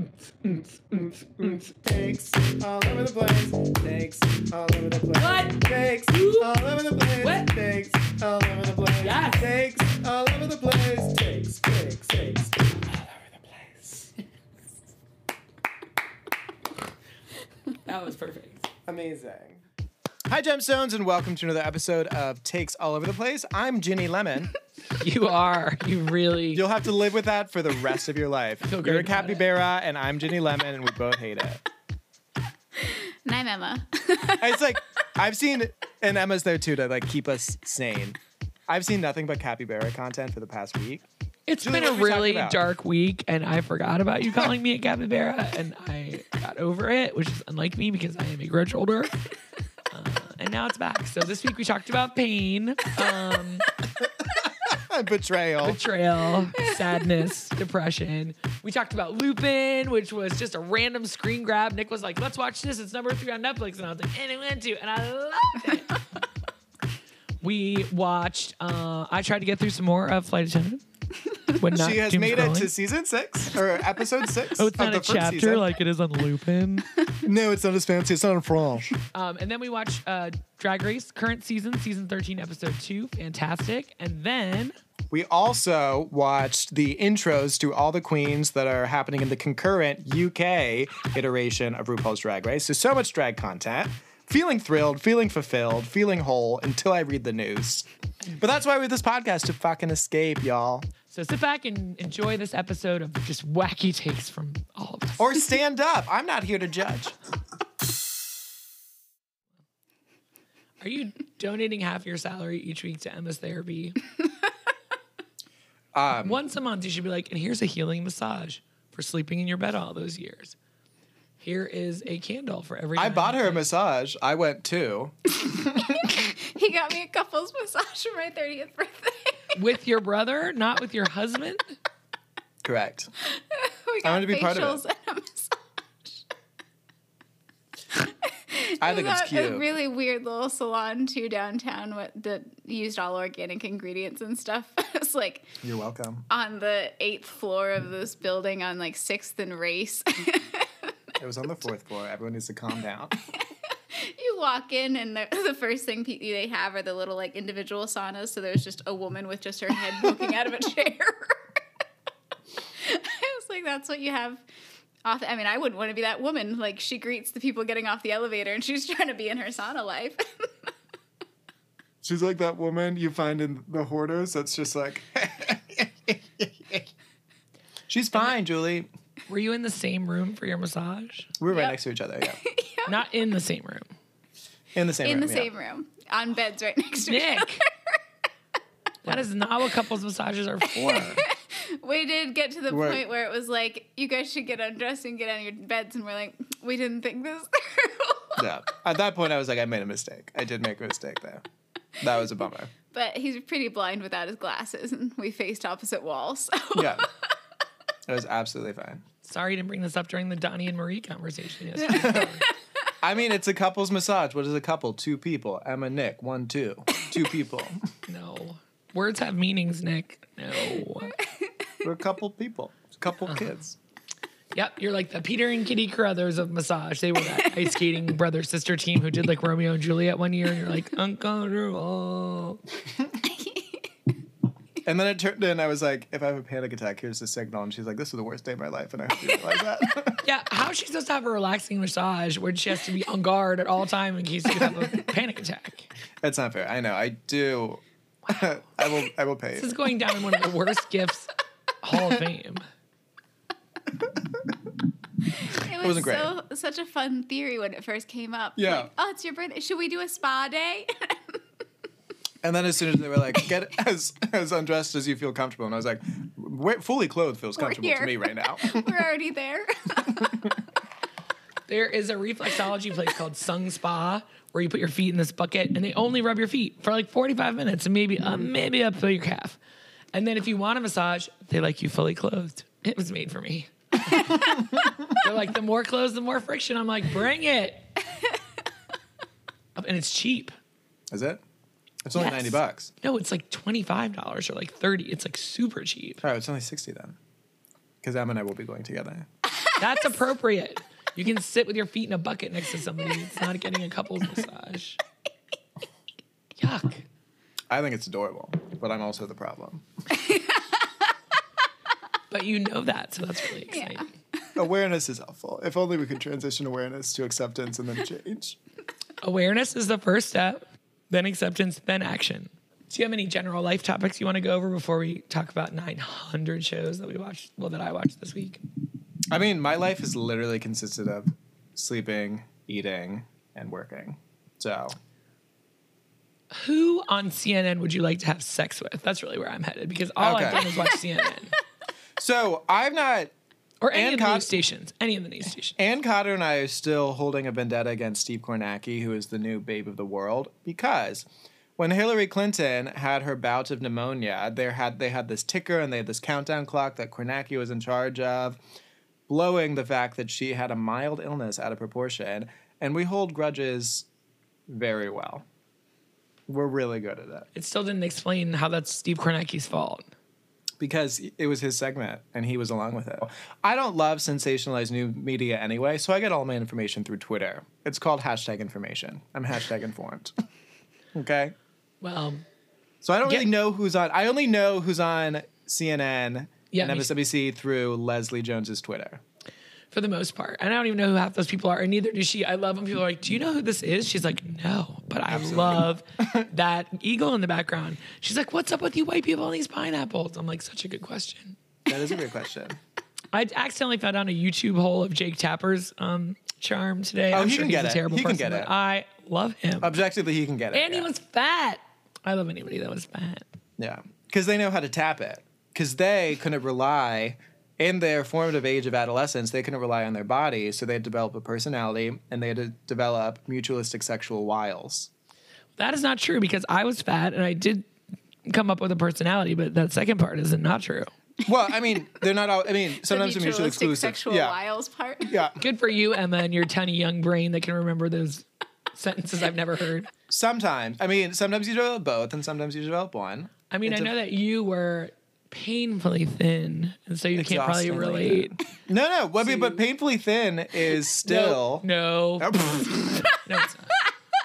mm, mm, mm. Thanks all over the place. Thanks all over the place. What? Thanks Who? all over the place. What? Thanks all over the place. Yes. Thanks all over the place. Thanks, thanks, thanks. All over the place. That was perfect. Amazing. Hi, Gemstones, and welcome to another episode of Takes All Over the Place. I'm Ginny Lemon. You are. You really. You'll have to live with that for the rest of your life. great You're a about it. capybara, and I'm Ginny Lemon, and we both hate it. And I'm Emma. It's like I've seen, and Emma's there too to like keep us sane. I've seen nothing but capybara content for the past week. It's Julie, been a what were we talking really about? dark week, and I forgot about you calling me a capybara, and I got over it, which is unlike me because I am a grudge holder. Uh, and now it's back. So this week we talked about pain, um, Betrayal. betrayal, sadness, depression. We talked about Lupin, which was just a random screen grab. Nick was like, "Let's watch this. It's number three on Netflix," and I was like, "And it went to," and I loved it. we watched. Uh, I tried to get through some more of Flight Attendant. When not she has doom made it scrolling. to season six or episode six Oh, it's of not the a first chapter season. like it is on Lupin. no, it's not as fancy. It's not in French. um, and then we watch uh, Drag Race, current season, season 13, episode 2. Fantastic. And then We also watched the intros to all the queens that are happening in the concurrent UK iteration of RuPaul's Drag Race. So, so much drag content. Feeling thrilled, feeling fulfilled, feeling whole until I read the news. But that's why we have this podcast to fucking escape, y'all. So sit back and enjoy this episode of just wacky takes from all of us. Or stand up. I'm not here to judge. Are you donating half your salary each week to Emma's therapy? Um, Once a month, you should be like, and here's a healing massage for sleeping in your bed all those years. Here is a candle for every. I night." bought her a massage. I went too. he got me a couples massage for my 30th birthday. with your brother, not with your husband. Correct. we I got wanted to be facials part of and a massage. I think it's got a cute. really weird little salon too downtown what, that used all organic ingredients and stuff. it's like You're welcome. on the eighth floor of this building on like sixth and race. It was on the fourth floor. Everyone needs to calm down. You walk in, and the, the first thing pe- they have are the little like individual saunas. So there's just a woman with just her head poking out of a chair. I was like, that's what you have. Off. I mean, I wouldn't want to be that woman. Like she greets the people getting off the elevator, and she's trying to be in her sauna life. She's like that woman you find in the hoarders that's just like She's fine, Julie. Were you in the same room for your massage? We're right Yep. next to each other, yeah. Not in the same room. In the same in room. the yeah. same room, on beds right next to each Nick. That is not what couples massages are for. other. We did get to the Right. point where it was like, you guys should get undressed and get on your beds, and we're like, we didn't think this through. Yeah. At that point I was like, I made a mistake. I did make a mistake there. That was a bummer. But he's pretty blind without his glasses, and we faced opposite walls. So. Yeah. It was absolutely fine. Sorry you didn't bring this up during the Donnie and Marie conversation yesterday. I mean, it's a couple's massage. What is a couple? Two people. Emma, Nick, one, two. Two people. no. Words have meanings, Nick. No. We're a couple people. It's a couple kids. Yep, you're like the Peter and Kitty Carruthers of massage. They were that ice skating brother sister team who did like Romeo and Juliet one year, and you're like, uncomfortable. And then it turned in, I was like, if I have a panic attack, here's the signal. And she's like, this is the worst day of my life. And I hope you realize that. Yeah, how is she supposed to have a relaxing massage when she has to be on guard at all time in case you have a panic attack? That's not fair. I know. I do. I will. I will pay. This you. is going down in one of the worst gifts Hall of Fame. It was wasn't great. so such a fun theory when it first came up. Yeah. Like, oh, it's your birthday. Should we do a spa day? And then as soon as they were like, get as as undressed as you feel comfortable, and I was like, wait, fully clothed feels comfortable to here. me right now. We're already there. There is a reflexology place called Sung Spa where you put your feet in this bucket and they only rub your feet for like 45 minutes and maybe uh, maybe up to your calf. And then if you want a massage, they like you fully clothed. It was made for me. They're like, the more clothes, the more friction. I'm like, bring it. and it's cheap. Is it? It's only Yes. ninety bucks. No, it's like $25 or like 30 It's like super cheap. All right, it's only sixty then, because Em and I will be going together. That's appropriate. You can sit with your feet in a bucket next to somebody. It's not getting a couple massage. Yuck. I think it's adorable, but I'm also the problem. But you know that, so that's really exciting. Awareness is helpful. If only we could transition awareness to acceptance and then change. Awareness is the first step, then acceptance, then action. Do you have any general life topics you want to go over before we talk about 900 shows that we watched? Well, that I watched this week. I mean, my life has literally consisted of sleeping, eating, and working. So Who on CNN would you like to have sex with? That's really where I'm headed because all I've Okay. done is watch CNN So I'm not. or any And of the con- news stations. Any of the news stations. Ann Cotter and I are still holding a vendetta against Steve Kornacki, who is the new babe of the world, because when Hillary Clinton had her bout of pneumonia, they had they had this ticker and they had this countdown clock that Kornacki was in charge of, blowing the fact that she had a mild illness out of proportion. And we hold grudges very well. We're really good at it It still didn't explain how that's Steve Kornacki's fault. because it was his segment and he was along with it. I don't love sensationalized new media anyway, so I get all my information through Twitter. It's called hashtag information. I'm hashtag informed. okay? Well, So I don't really Yeah. know who's on. I only know who's on CNN Yeah, and me too. MSNBC through Leslie Jones's Twitter. for the most part, and I don't even know who half those people are, and neither does she. I love when people are like, "Do you know who this is?" She's like, "No," but I love that eagle in the background. She's like, "What's up with you white people and these pineapples?" I'm like, "Such a good question." That is a great question. I accidentally fell down a YouTube hole of Jake Tapper's um, charm today. Oh, I'm he sure can he's get a it. terrible He can person, get but it. I love him. Objectively, he can get it. and he yeah. was fat. I love anybody that was fat. Yeah. Because they know how to tap it. Because they couldn't rely, in their formative age of adolescence, they couldn't rely on their body. So they had to develop a personality and they had to develop mutualistic sexual wiles. That is not true because I was fat and I did come up with a personality, but that second part is not true. Well, I mean, they're not all, I mean, The sometimes they're mutually mutualistic exclusive. sexual yeah. wiles part. Yeah. Good for you, Emma, and your tiny young brain that can remember those sentences I've never heard. Sometimes. I mean, sometimes you develop both and sometimes you develop one. I mean, It's I a- know that you were painfully thin, and so you can't probably Exhaustingly relate. No, no. What, I mean, but painfully thin is still. No, no, no, it's not.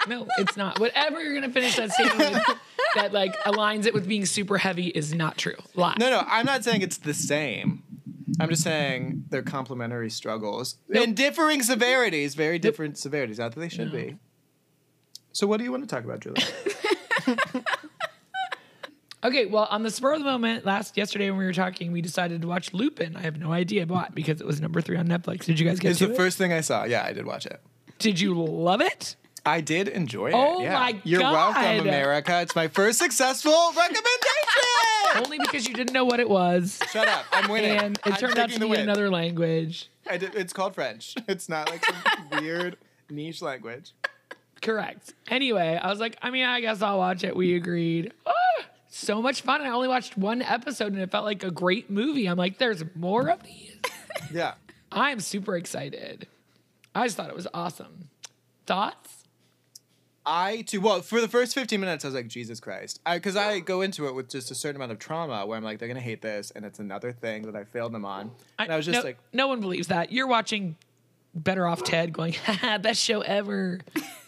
No, it's not. Whatever you're gonna finish that statement with, that like aligns it with being super heavy is not true. Lie. No, no, I'm not saying it's the same. I'm just saying they're complementary struggles in differing severities, very different severities. Not that they should be. So, what do you want to talk about, Julie? Okay, well, on the spur of the moment, last yesterday when we were talking, we decided to watch Lupin. I have no idea why because it was number three on Netflix. Did you guys get it's to the it? first thing I saw. Yeah, I did watch it. Did you love it? I did enjoy it. Oh yeah. my You're God. welcome, America. It's my first successful recommendation. Only because you didn't know what it was, Shut up! I'm winning. and it I'm turned out taking to the be win. another language. I did- it's called French. It's not like some weird niche language. Correct. Anyway, I was like, I mean, I guess I'll watch it. We agreed. Ah, so much fun. And I only watched one episode and it felt like a great movie. I'm like, there's more of these. Yeah. I'm super excited. I just thought it was awesome. Thoughts? I too. Well, for the first fifteen minutes, I was like, Jesus Christ, because I, go into it with just a certain amount of trauma, where I'm like, they're gonna hate this, and it's another thing that I failed them on, and I was just no, like, no one believes that. You're watching Better Off Ted going, haha, best show ever.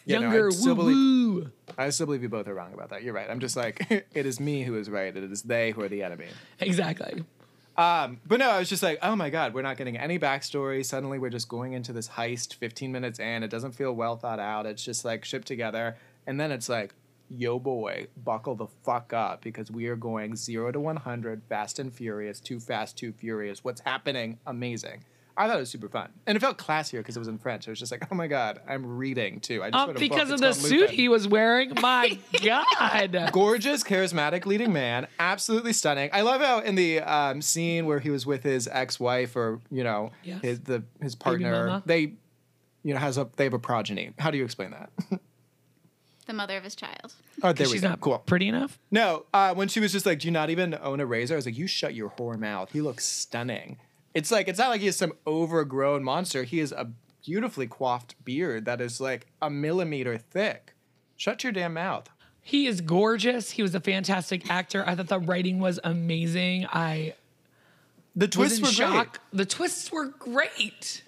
Yeah, no, I Younger, still woo woo. I still believe you both are wrong about that. You're right. I'm just like, it is me who is right. It is they who are the enemy. Exactly. Um, but no, I was just like, oh my god, we're not getting any backstory. Suddenly, we're just going into this heist. Fifteen minutes in, it doesn't feel well thought out. It's just like shipped together, and then it's like. Yo, boy, buckle the fuck up because we are going zero to 100, fast and furious, too fast, too furious. What's happening? Amazing. I thought it was super fun. And it felt classier because it was in French. I was just like, oh my God, I'm reading too. I just Um, read a book. because It's of the called suit Lupin he was wearing. My God. gorgeous, charismatic leading man, absolutely stunning. I love how in the um, scene where he was with his ex-wife or you know Yes. his the his mama. partner, they you know has a they have a progeny. How do you explain that? The mother of his child. oh, there we She's go. not cool. pretty enough. No, uh, when she was just like, "Do you not even own a razor?" I was like, "You shut your whore mouth." He looks stunning. It's like it's not like he is some overgrown monster. He is a beautifully coiffed beard that is like a millimeter thick. Shut your damn mouth. He is gorgeous. He was a fantastic actor. I thought the writing was amazing. I The was twists in were shock. great. The twists were great.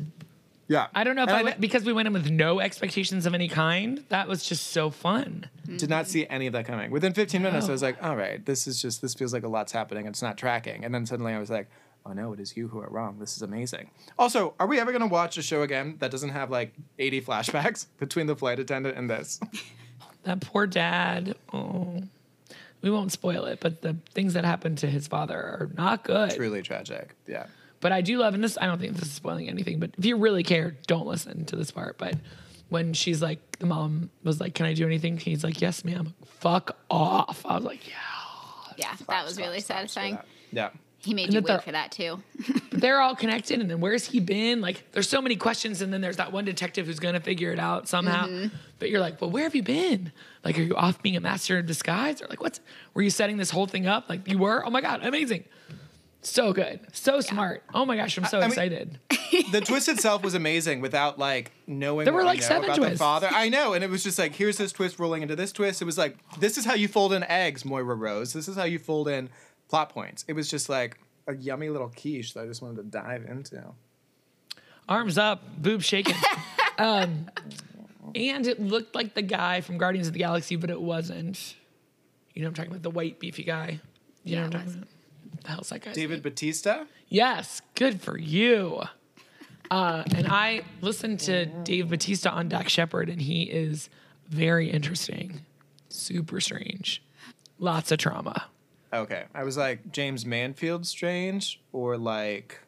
Yeah. I don't know if And I went, because we went in with no expectations of any kind. That was just so fun. did not see any of that coming. Within 15 minutes, I No. was like, all right, this is just, this feels like a lot's happening. It's not tracking. And then suddenly I was like, oh no, it is you who are wrong. This is amazing. Also, are we ever going to watch a show again that doesn't have like 80 flashbacks between the flight attendant and this? That poor dad. Oh, we won't spoil it, but the things that happened to his father are not good. Truly tragic. Yeah. But I do love, and this I don't think this is spoiling anything. But if you really care, don't listen to this part. But when she's like, the mom was like, "Can I do anything?" He's like, "Yes, ma'am." Fuck off. I was like, "Yeah." Yeah, that was really satisfying. Yeah. He made And you that wait the- for that too. But they're all connected, and then where's he been? Like, there's so many questions, and then there's that one detective who's gonna figure it out somehow. But you're like, "Well, where have you been? Like, are you off being a master of disguise, or like, what's? Were you setting this whole thing up? Like, you were? Oh my god, amazing!" So good, so smart. Oh my gosh, I'm so I mean- excited. The twist itself was amazing without like knowing There what were, we like, know seven about the twists. father. I know, and it was just like here's this twist rolling into this twist. It was like this is how you fold in eggs, Moira Rose. This is how you fold in plot points. It was just like a yummy little quiche that I just wanted to dive into. arms up, boob shaking. um, and it looked like the guy from Guardians of the Galaxy, but it wasn't. You know what I'm talking about? The white beefy guy. You know what Yeah, it I'm talking wasn't. about? The hell's that guy? David Batista. Yes, good for you. Uh, and I listened to Dave Batista on Dak Shepard, and he is very interesting, super strange, lots of trauma. Okay, I was like James Manfield Strange or like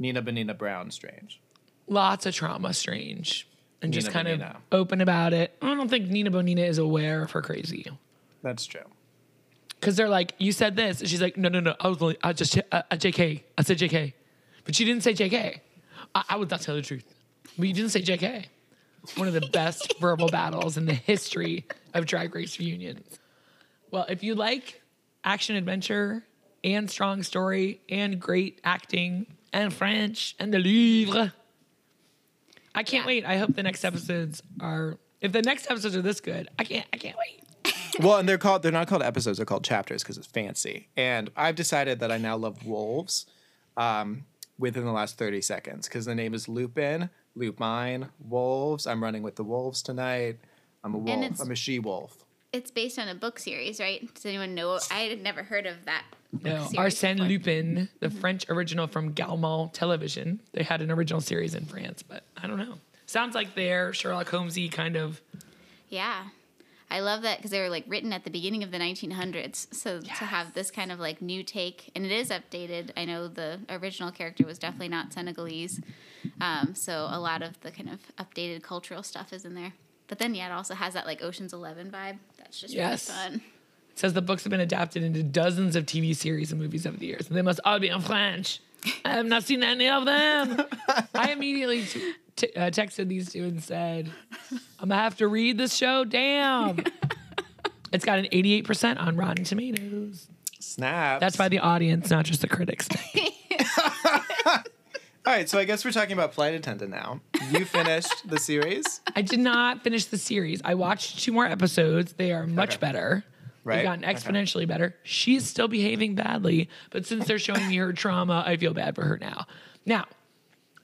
Nina Benina Brown Strange. lots of trauma strange and just Nina kind Bonina. of open about it. I don't think Nina Bonina is aware of her crazy. That's true. Cause they're like, you said this, and she's like, no, no, no, I was only, I just, uh, uh, JK, I said JK, but she didn't say JK. I, I would not tell the truth, but you didn't say JK. One of the best verbal battles in the history of Drag Race reunions. Well, if you like action adventure and strong story and great acting and French and the Louvre, I can't wait. I hope the next episodes are. If the next episodes are this good, I can't. I can't wait. Well, and they're called they're not called episodes, they're called chapters because it's fancy. And I've decided that I now love wolves um, within the last 30 seconds because the name is Lupin, Lupine, Wolves. I'm running with the wolves tonight. I'm a wolf. it's- I'm a she wolf. It's based on a book series, right? Does anyone know? I had never heard of Mm-hmm. that. No, series Arsène before. Lupin, the French original from Gaumont Television. They had an original series in France, but I don't know. Sounds like they're Sherlock Holmesy kind of. Yeah. I love that because they were like written at the beginning of the 1900s. So to have this kind of like new take, and it is updated. I know the original character was definitely not Senegalese. Um, so a lot of the kind of updated cultural stuff is in there. But then, yeah, it also has that like Ocean's Eleven vibe. That's just Yes. really fun. It says the books have been adapted into dozens of TV series and movies over the years, and they must all be in French. I have not seen any of them. I immediately t- t- uh, texted these two and said, "I'm gonna have to read this show." Damn. It's got an 88% on Rotten Tomatoes. Snap. That's by the audience, not just the critics. All right, so I guess we're talking about flight attendant now. You finished the series, I did not finish the series. I watched two more episodes. They are much Okay. better. Right. They've gotten exponentially better. She's still behaving badly, but since they're showing me her trauma, I feel bad for her now. Now,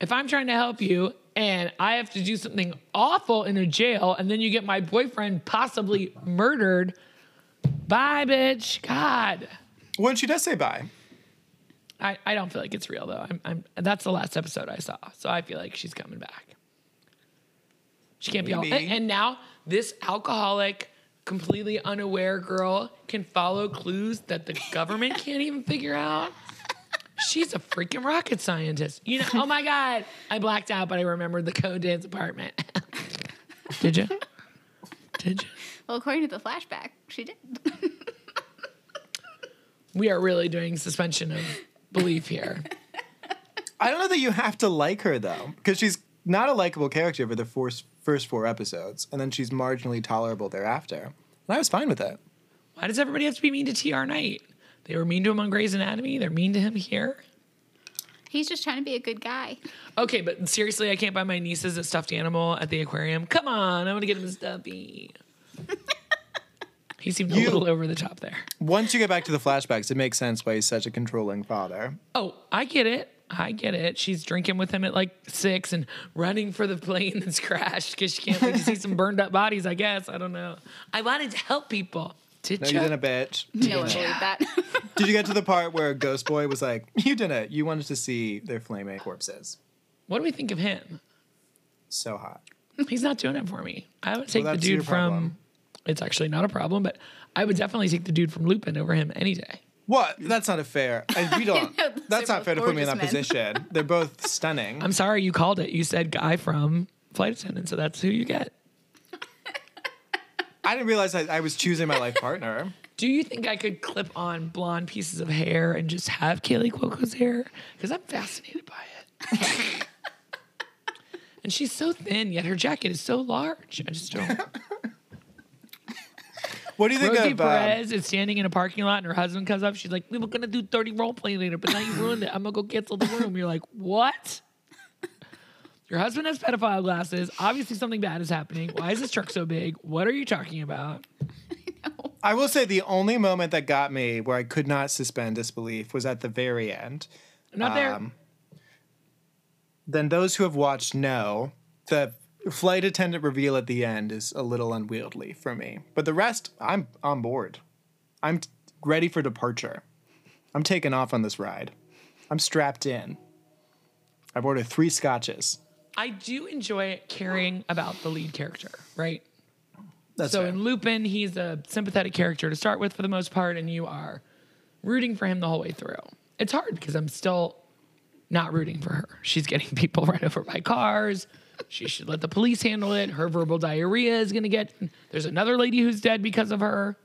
if I'm trying to help you and I have to do something awful in a jail, and then you get my boyfriend possibly murdered, bye, bitch. God. when she does say bye. I, I don't feel like it's real though. I'm, I'm that's the last episode I saw, so I feel like she's coming back. She can't be all. Maybe. And, and now this alcoholic, completely unaware girl can follow clues that the government can't even figure out. She's a freaking rocket scientist. You know? Oh my god! I blacked out, but I remembered the code dance apartment. Did you? Did you? Well, according to the flashback, she did. We are really doing suspension of belief here. I don't know that you have to like her though, because she's not a likable character for the first first four episodes, and then she's marginally tolerable thereafter. And I was fine with it. Why does everybody have to be mean to TR Knight? They were mean to him on Grey's Anatomy. They're mean to him here. He's just trying to be a good guy. Okay, but seriously, I can't buy my nieces a stuffed animal at the aquarium. Come on, I'm gonna get him a stuffy. He seemed You- a little over the top there. Once you get back to the flashbacks, it makes sense why he's such a controlling father. Oh, I get it. I get it. She's drinking with him at like six and running for the plane that's crashed because she can't wait to see some burned up bodies, I guess. I don't know. I wanted to help people. Did No, you? you didn't, bitch. No one believed that. Did you get to the part where Ghost Boy was like, "You didn't. You wanted to see their flaming corpses. What do we think of him? So hot." He's not doing it for me. I would take the that's your dude problem. from. It's actually not a problem, but I would definitely take the dude from Lupin over him any day. What? That's not a fair. And we don't. know, those that's are not both fair to put me in that gorgeous men. position. They're both stunning. I'm sorry you called it. You said guy from Flight Attendant, so that's who you get. I didn't realize I, I was choosing my life partner. Do you think I could clip on blonde pieces of hair and just have Kaylee Cuoco's hair? Because I'm fascinated by it. and she's so thin, yet her jacket is so large. I just don't. What do you think Rosie of? Um, Perez is standing in a parking lot, and her husband comes up. She's like, "We were gonna do dirty role play later, but now you ruined it. I'm gonna go cancel the room." You're like, "What?" Your husband has pedophile glasses. Obviously, something bad is happening. Why is this truck so big? What are you talking about? I will say the only moment that got me where I could not suspend disbelief was at the very end. I'm not there. Um, Then those who have watched know the flight attendant reveal at the end is a little unwieldy for me. But the rest, I'm on board. I'm t- ready for departure. I'm taking off on this ride. I'm strapped in. I've ordered three scotches. I do enjoy caring about the lead character, right? That's so fair. in Lupin, he's a sympathetic character to start with for the most part, and you are rooting for him the whole way through. It's hard because I'm still not rooting for her. She's getting people run over by cars. She should let the police handle it. Her verbal diarrhea is going to get. There's another lady who's dead because of her.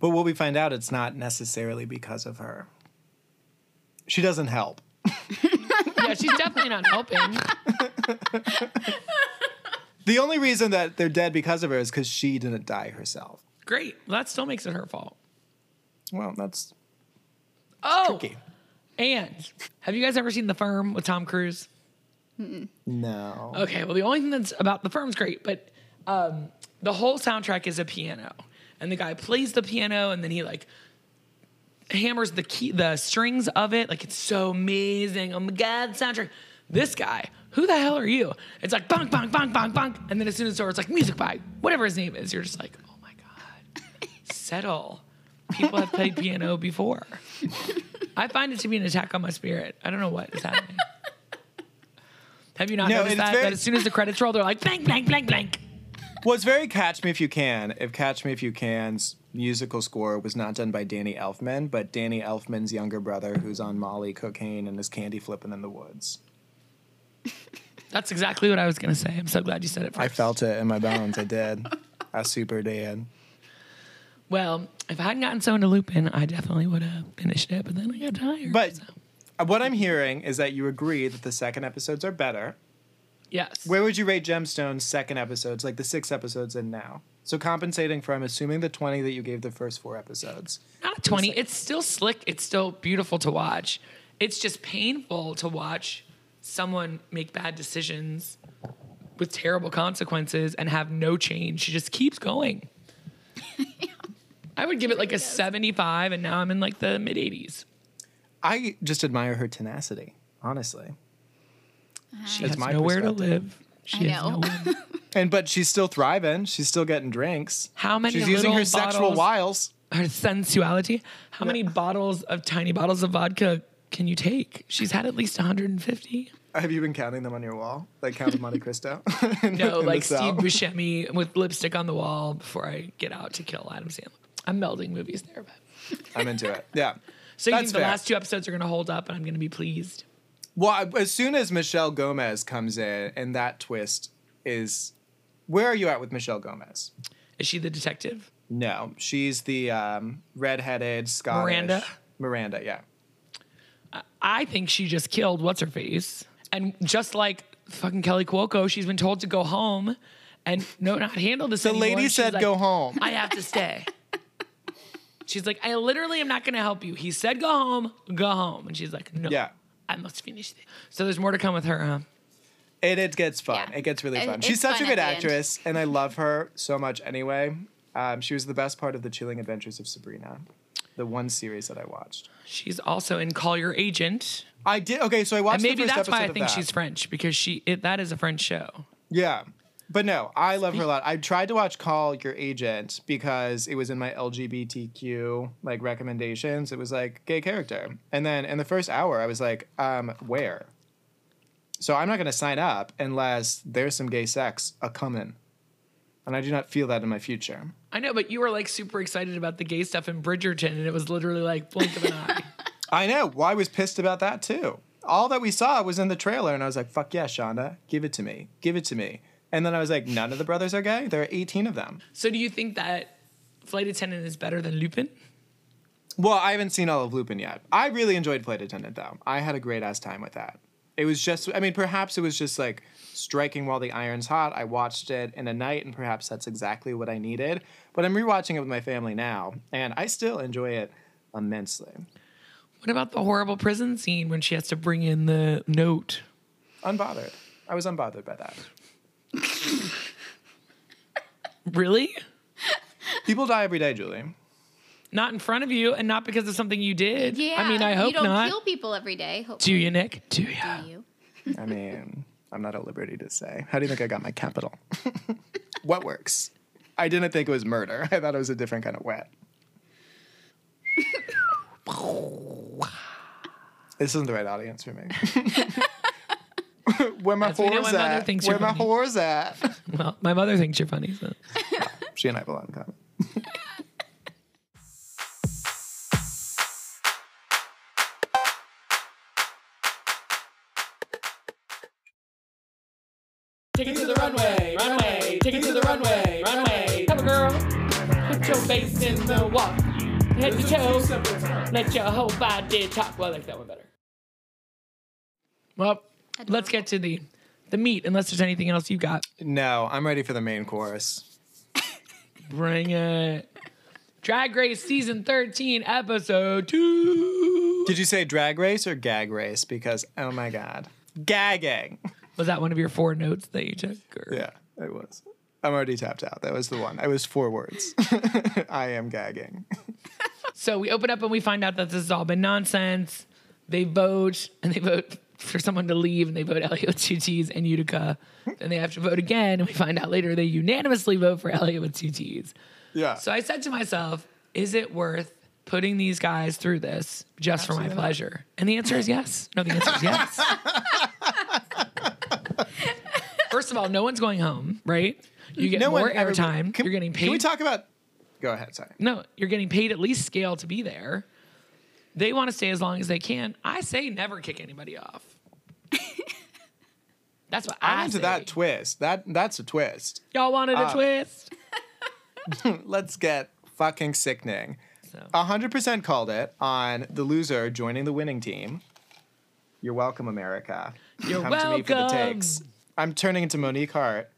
But what we find out, it's not necessarily because of her. She doesn't help. Yeah, she's definitely not helping. The only reason that they're dead because of her is because she didn't die herself. Great. That still makes it her fault. Well, that's Oh, okay. and have you guys ever seen The Firm with Tom Cruise? No. Okay, well, the only thing that's about the firm's great, but um, the whole soundtrack is a piano, and the guy plays the piano, and then he like hammers the key, the strings of it. Like it's so amazing. Oh my god, soundtrack. This guy, who the hell are you? It's like bonk, bonk, bonk, bonk, bonk, and then as soon as it's over, it's like music by whatever his name is. You're just like, oh my god, settle. People have played piano before. I find it to be an attack on my spirit. I don't know what is happening. Have you not No, noticed and it's that? very- that as soon as the credits roll, they're like blank, blank, blank, blank. Well, it's very Catch Me If You Can. If Catch Me If You Can's musical score was not done by Danny Elfman, but Danny Elfman's younger brother who's on Molly, cocaine, and is candy flipping in the woods. That's exactly what I was gonna say. I'm so glad you said it first. I felt it in my bones. I did. I super did. Well, if I hadn't gotten so into Lupin, I definitely would have finished it. But then I got tired. But so- what I'm hearing is that you agree that the second episodes are better. yes, Where would you rate Gemstone's second episodes, like the six episodes in now? So compensating for, I'm assuming, the 20 that you gave the first four episodes. not a twenty. It's still slick. It's still beautiful to watch. It's just painful to watch someone make bad decisions with terrible consequences and have no change. She just keeps going. I would give it like a 75, and now I'm in like the mid 80s. I just admire her tenacity, honestly. She That's has my nowhere to perspective. live. She I has know. nowhere- And but she's still thriving. She's still getting drinks. How many She's using her little sexual bottles- wiles. her sensuality. How many bottles of tiny bottles of vodka can you take? She's had at least 150. Have you been counting them on your wall, like Count of Monte Cristo? In the- No, in the like cell. Steve Buscemi with lipstick on the wall before I get out to kill Adam Sandler. I'm melding movies there, but I'm into it. Yeah. so you That's think the fair. last two episodes are going to hold up, and I'm going to be pleased. Well, I- as soon as Michelle Gomez comes in, and that twist is, where are you at with Michelle Gomez? Is she the detective? No, she's the um, redheaded Scottish Miranda? Miranda, yeah. I think she just killed what's her face, and just like fucking Kelly Cuoco, she's been told to go home, and no, not handle this. The lady said, "Go home." I have to stay. she's like, I literally am not going to help you. He said, go home, go home. And she's like, no, Yeah. I must finish this. So there's more to come with her, huh? It, it gets fun. Yeah. It gets really It- fun. it's She's such fun a good at the end. actress, and I love her so much anyway. Um, she was the best part of the Chilling Adventures of Sabrina, the one series that I watched. She's also in Call Your Agent. I did okay, so I watched. And maybe the first that's why I episode of think that. she's French because she it, that is a French show. Yeah. But no, I love her a lot. I tried to watch Call Your Agent because it was in my LGBTQ like recommendations. It was like gay character. And then in the first hour I was like, um, where? So I'm not gonna sign up unless there's some gay sex a coming. And I do not feel that in my future. I know, but you were like super excited about the gay stuff in Bridgerton, and it was literally like blink of an eye. I know. Well, I was pissed about that too. All that we saw was in the trailer, and I was like, fuck yeah, Shonda, give it to me. Give it to me. And then I was like, none of the brothers are gay. There are 18 of them. So do you think that Flight Attendant is better than Lupin? Well, I haven't seen all of Lupin yet. I really enjoyed Flight Attendant though. I had a great ass time with that. It was just I mean, perhaps it was just like striking while the iron's hot. I watched it in a night and perhaps that's exactly what I needed. But I'm rewatching it with my family now, and I still enjoy it immensely. What about the horrible prison scene when she has to bring in the note? Unbothered. I was unbothered by that. Really? People die every day, Julie. Not in front of you, and not because of something you did. Yeah. I mean, I hope you don't not. kill people every day. do Hopefully, you, Nick? Do you? you. I mean, I'm not at liberty to say. How do you think I got my capital? what works? I didn't think it was murder. I thought it was a different kind of wet. this isn't the right audience for me. where my As we know, my whore's mother at? thinks Where you're my funny. whore's at? Well, my mother thinks you're funny. So. she and I have a lot in common. Take it to the runway, runway. Take it to the runway, runway. Come on, girl. Put your face in the water. Head to toe. Let your whole body talk. Well, I like that one better. Well, let's get to the the meat. Unless there's anything else you got, No, I'm ready for the main course. bring it. Drag Race season 13, episode two. Did you say drag race or gag race? Because oh my god, gagging. Was that one of your four notes that you took? Or? Yeah, it was. I'm already tapped out. That was the one. I was four words. I am gagging. So we open up and we find out that this has all been nonsense. They vote and they vote for someone to leave and they vote Elliot with two Ts and Utica. Then they have to vote again and we find out later they unanimously vote for Elliot with two Ts. Yeah. So I said to myself, is it worth putting these guys through this just for my pleasure? And the answer is yes. No, the answer is yes. First of all, no one's going home, right? You get more ever- airtime. Can- You're getting paid Can we talk about? Go ahead. Sorry. no, you're getting paid at least scale to be there. They want to stay as long as they can. I say never kick anybody off. That's what I'm I into say. that uh, twist. That that's a twist. Y'all wanted a twist. Let's get fucking sickening. So, hundred percent called it on the loser joining the winning team. You're welcome, America. You're Come to me for the welcome. takes. I'm turning into Monique Hart,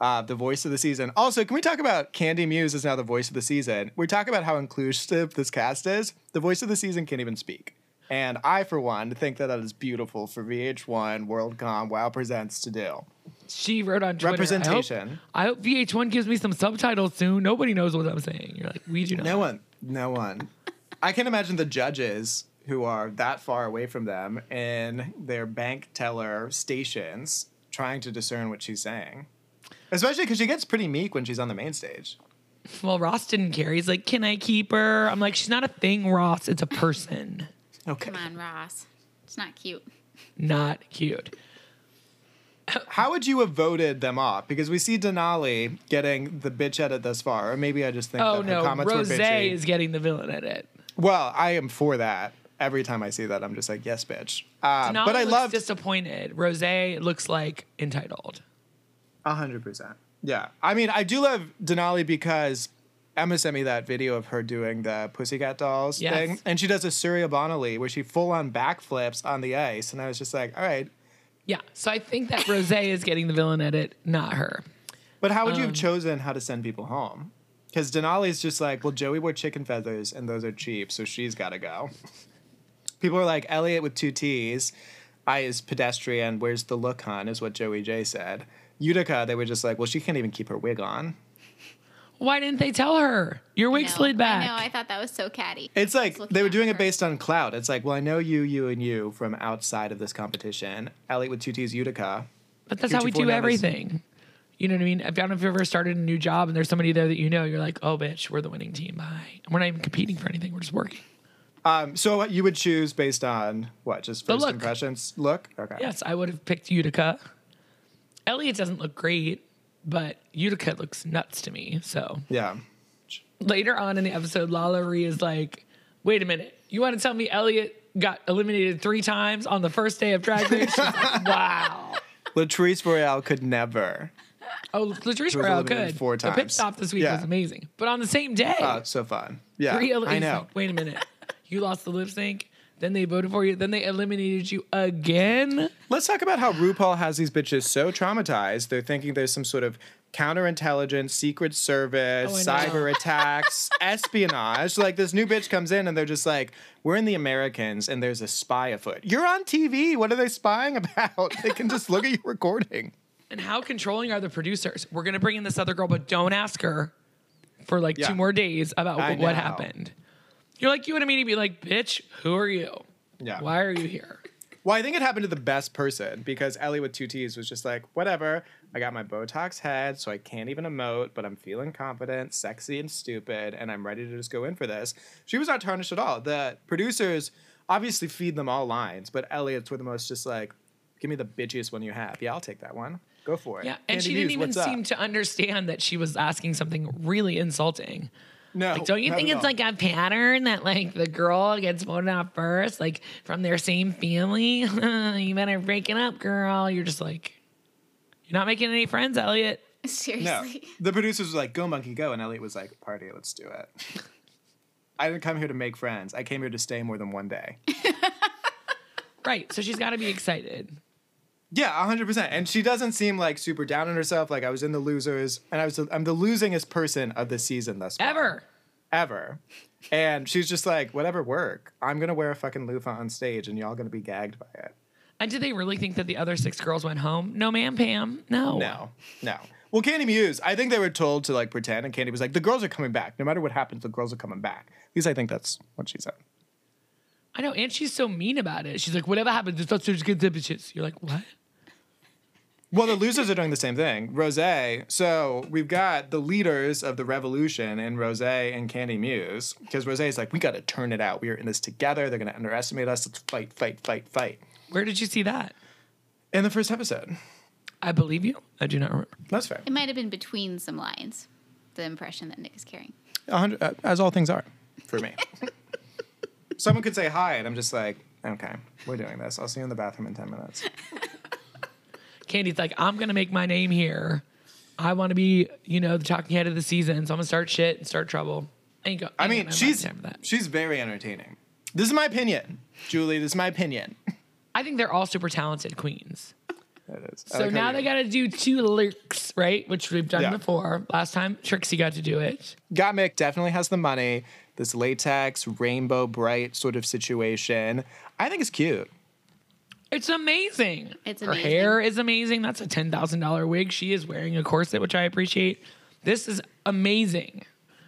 uh, the voice of the season. Also, can we talk about Candy Muse is now the voice of the season? We're talking about how inclusive this cast is. The voice of the season can't even speak. And I, for one, think that that is beautiful for VH1, WorldCom, WoW Presents to do. she wrote on Twitter. I hope- Representation. I hope, VH1 gives me some subtitles soon. Nobody knows what I'm saying. You're like, we do not. No one. No one. I can imagine the judges who are that far away from them in their bank teller stations trying to discern what she's saying. Especially because she gets pretty meek when she's on the main stage. Well, Ross didn't care. He's like, can I keep her? I'm like, she's not a thing, Ross. It's a person. Okay. Come on, Ross. It's not cute. Not cute. How would you have voted them off? Because we see Denali getting the bitch edit thus far, or maybe I just think that Oh her no, comments Rose were bitchy. is getting the villain edit. well, I am for that. Every time I see that, I'm just like, yes, bitch. Uh, Denali but I looks love disappointed. Rose looks like entitled. A hundred percent. Yeah. I mean, I do love Denali because Emma sent me that video of her doing the Pussycat Dolls Yes. thing. And she does a Surya Bonnelly where she full on backflips on the ice. And I was just like, all right. Yeah, so I think that Rose is getting the villain edit, not her. But how would you have chosen how to send people home? Because Denali's just like, well, Joey wore chicken feathers and those are cheap, so she's got to go. People are like, Elliot with two T's. I is pedestrian. Where's the look on? Is what Joey J said. Utica, they were just like, well, she can't even keep her wig on. Why didn't they tell her? Your wig No, slid back. I know. I thought that was so catty. It's like Just looking they were at doing it her. based on clout. It's like, well, I know you, you, and you from outside of this competition. Elliot with two T's Utica. But that's how we 54 do numbers. everything. You know what I mean? I don't know if you've ever started a new job and there's somebody there that you know, you're like, oh, bitch, we're the winning team. Bye. And we're not even competing for anything. We're just working. Um, so you would choose based on what? Just first look. impressions? Look? Okay. Yes, I would have picked Utica. Elliot doesn't look great, but Utica looks nuts to me. So Yeah. later on in the episode, Lala Ree is like, wait a minute. You want to tell me Elliot got eliminated three times on the first day of Drag Race? She's like, wow. Latrice Royale could never. Oh, Latrice was Royale eliminated could. four The pit times. stop this week Yeah. was amazing. But on the same day, Oh, it's so fun. Yeah. Three ele- I he's know. like, Wait a minute. You lost the lip sync. Then they voted for you. Then they eliminated you again. Let's talk about how RuPaul has these bitches so traumatized. They're thinking there's some sort of counterintelligence, secret service, Oh, I know. cyber attacks, espionage. Like this new bitch comes in and they're just like, "We're in the Americans and there's a spy afoot. You're on TV. What are they spying about? They can just look at your recording." And how controlling are the producers? We're gonna bring in this other girl, but don't ask her for like Yeah. two more days about I wh- what know. happened. You're like, you would immediately be like, bitch, who are you? Yeah. Why are you here? Well, I think it happened to the best person because Ellie with two T's was just like, whatever. I got my Botox head, so I can't even emote, but I'm feeling confident, sexy, and stupid, and I'm ready to just go in for this. She was not tarnished at all. The producers obviously feed them all lines, but Elliot's were the most just like, give me the bitchiest one you have. Yeah, I'll take that one. Go for it. Yeah. And she didn't Candy even Muse, what's seem up? to understand that she was asking something really insulting. No. Like, don't you not think at it's all. like a pattern that like the girl gets voted out first, like from their same family? you better break it up, girl. You're just like, you're not making any friends, Elliot. No. Seriously. The producers were like, go, monkey, go. And Elliot was like, party, let's do it. I didn't come here to make friends. I came here to stay more than one day. Right. So she's got to be excited. Yeah, hundred percent. And she doesn't seem like super down on herself. Like I was in the losers, and I was I'm the losingest person of the season thus far. Ever. ever. And she's just like, whatever, work. I'm gonna wear a fucking loofah on stage, and y'all gonna be gagged by it. And did they really think that the other six girls went home? No, ma'am, Pam. No. No, no. Well, Candy Muse, I think they were told to like pretend, and Candy was like, the girls are coming back. No matter what happens, the girls are coming back. At least I think that's what she said. I know. And she's so mean about it. She's like, whatever happens, it's not just good to bitches. You're like, what? Well, the losers are doing the same thing. Rose, so we've got the leaders of the revolution in Rose and Candy Muse, because Rose is like, we got to turn it out. We are in this together. They're going to underestimate us. Let's fight, fight, fight, fight. Where did you see that? In the first episode. I believe you. I do not remember. That's fair. It might have been between some lines, the impression that Nick is carrying. A hundred- uh, As all things are for me. Someone could say hi, and I'm just like, okay, we're doing this. I'll see you in the bathroom in 10 minutes. Candy's like, I'm gonna make my name here. I want to be, you know, the talking head of the season, so I'm gonna start shit and start trouble. Ain't go, I ain't got mean, no she's, time for that. she's very entertaining. This is my opinion, Julie. This is my opinion. I think they're all super talented queens. That is. I So like how now you- they got to do two lurks, right? Which we've done Yeah. before. Last time Trixie got to do it. Gottmik definitely has the money. This latex, rainbow bright sort of situation. I think it's cute. It's amazing. It's Her amazing. hair is amazing. That's a ten thousand dollar wig. She is wearing a corset, which I appreciate. This is amazing.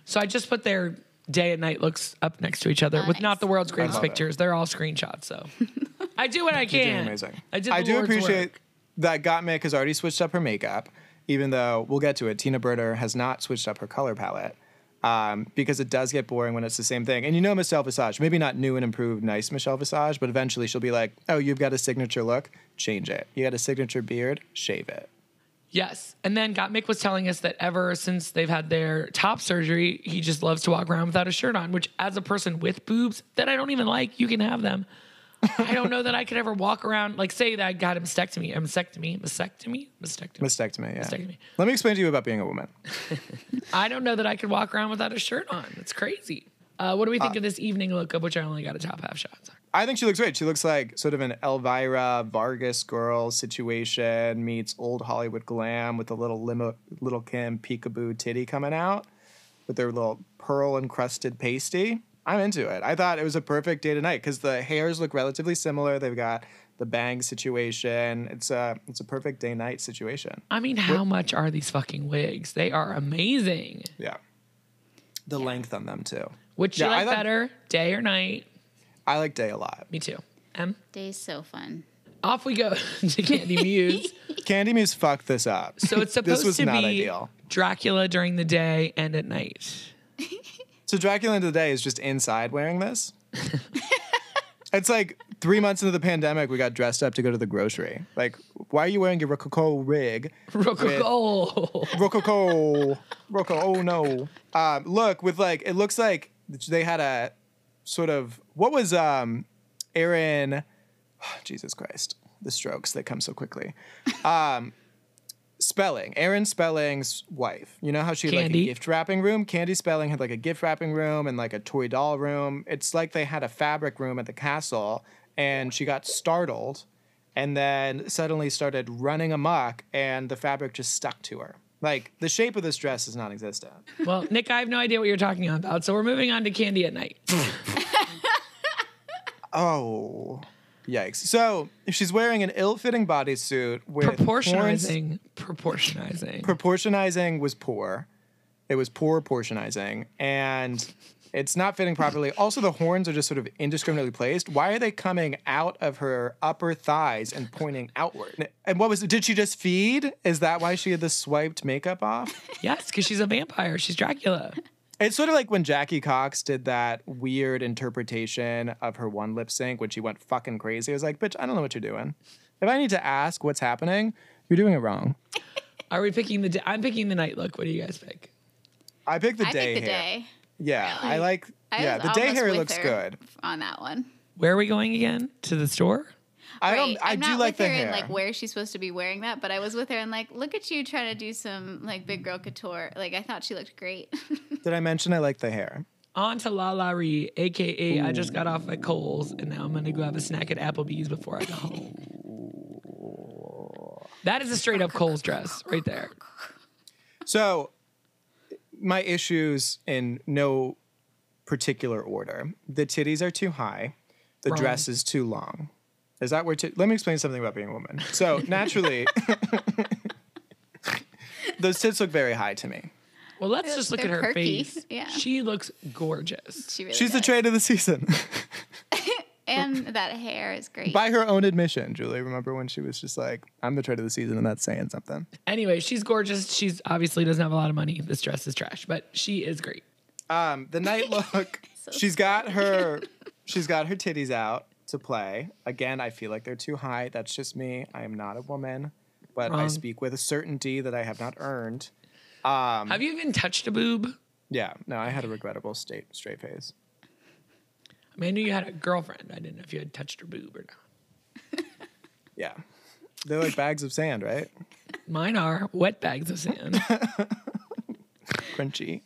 So I just put their day and night looks up next to each other Oh, with nice. not the world's I greatest love it. pictures. They're all screenshots. So I do what I You're can. doing amazing. I, did the do Lord's appreciate work. that Gottmik has already switched up her makeup, even though we'll get to it. Tina Burner has not switched up her color palette. Um, because it does get boring when it's the same thing. And you know Michelle Visage, maybe not new and improved, nice Michelle Visage, but eventually she'll be like, oh, you've got a signature look, change it. You got a signature beard, shave it. Yes. And then Gottmik was telling us that ever since they've had their top surgery, he just loves to walk around without a shirt on, which as a person with boobs that I don't even like, you can have them. I don't know that I could ever walk around, like say that I got a mastectomy, a mastectomy, mastectomy, mastectomy. Mastectomy, yeah. Mastectomy. Let me explain to you about being a woman. I don't know that I could walk around without a shirt on. It's crazy. Uh, what do we think of this evening look of which I only got a top half shot? I think she looks great. She looks like sort of an Elvira Vargas girl situation meets old Hollywood glam with a little limo, little Kim peekaboo titty coming out with their little pearl encrusted pasty. I'm into it. I thought it was a perfect day tonight because the hairs look relatively similar. They've got the bang situation. It's a it's a perfect day night situation. I mean, how much are these fucking wigs? They are amazing. Yeah. The length on them too. Which Yeah, you I like like- better, day or night? I like day a lot. Me too. Em, Day's so fun. off we go to Candy Muse. Candy Muse fucked this up. So it's supposed this was to not be ideal. Dracula during the day and at night. So Dracula today is just inside wearing this. it's like three months into the pandemic, we got dressed up to go to the grocery. Like, why are you wearing your rococo rig? Rococo. Rococo, rococo. Oh no! Um, look, with like it looks like they had a sort of what was um, Aaron? Jesus Christ, the strokes that come so quickly. Um, Spelling, Aaron Spelling's wife. You know how she had, like Candy. a gift wrapping room. Candy Spelling had like a gift wrapping room and like a toy doll room. It's like they had a fabric room at the castle, and she got startled, and then suddenly started running amok, and the fabric just stuck to her. Like the shape of this dress is non-existent. Well, Nick, I have no idea what you're talking about. So we're moving on to Candy at night. Oh, yikes! So she's wearing an ill-fitting bodysuit with horns- Proportionizing. Proportionizing. proportionizing was poor. It was poor portionizing, and it's not fitting properly. Also, the horns are just sort of indiscriminately placed. Why are they coming out of her upper thighs and pointing outward? And what was? Did she just feed? Is that why she had the swiped makeup off? yes, because she's a vampire. She's Dracula. It's sort of like when Jackie Cox did that weird interpretation of her one lip sync when she went fucking crazy. I was like, bitch, I don't know what you're doing. If I need to ask what's happening, you're doing it wrong. Are we picking the day? I'm picking the night look. What do you guys pick? I picked the I day think the here. day. Yeah, I like. I yeah, was the day almost hair with looks her good. on that one. Where are we going again? To the store? I Right. don't. I I'm do not like with the her hair. in like where she's supposed to be wearing that, but I was with her and like, look at you trying to do some like big girl couture. Like I thought she looked great. Did I mention I like the hair? On to La La Ree, aka I just got off at Cole's and now I'm gonna go have a snack at Applebee's before I go home. That is a straight up Cole's dress right there. So, my issues in no particular order. The titties are too high. The Wrong. dress is too long. Is that where? T- Let me explain something about being a woman. So naturally, those tits look very high to me. Well, let's just look at They're her perky. face. Yeah. She looks gorgeous. She really She's the does. trade of the season, and that hair is great. by her own admission. Julie, remember when she was just like, "I'm the trade of the season," and that's saying something. Anyway, she's gorgeous. She's obviously doesn't have a lot of money. This dress is trash, but she is great. Um, the night look. she's got her. She's got her titties out to play. Again, I feel like they're too high. That's just me. I am not a woman, but I Wrong. speak with a certainty that I have not earned. Have you even touched a boob? I Yeah. No, I had a regrettable state, straight face. mean, I knew you had a girlfriend. I didn't know if you had touched her boob or not. Yeah. They're like bags of sand, right? Mine are wet bags of sand. Crunchy.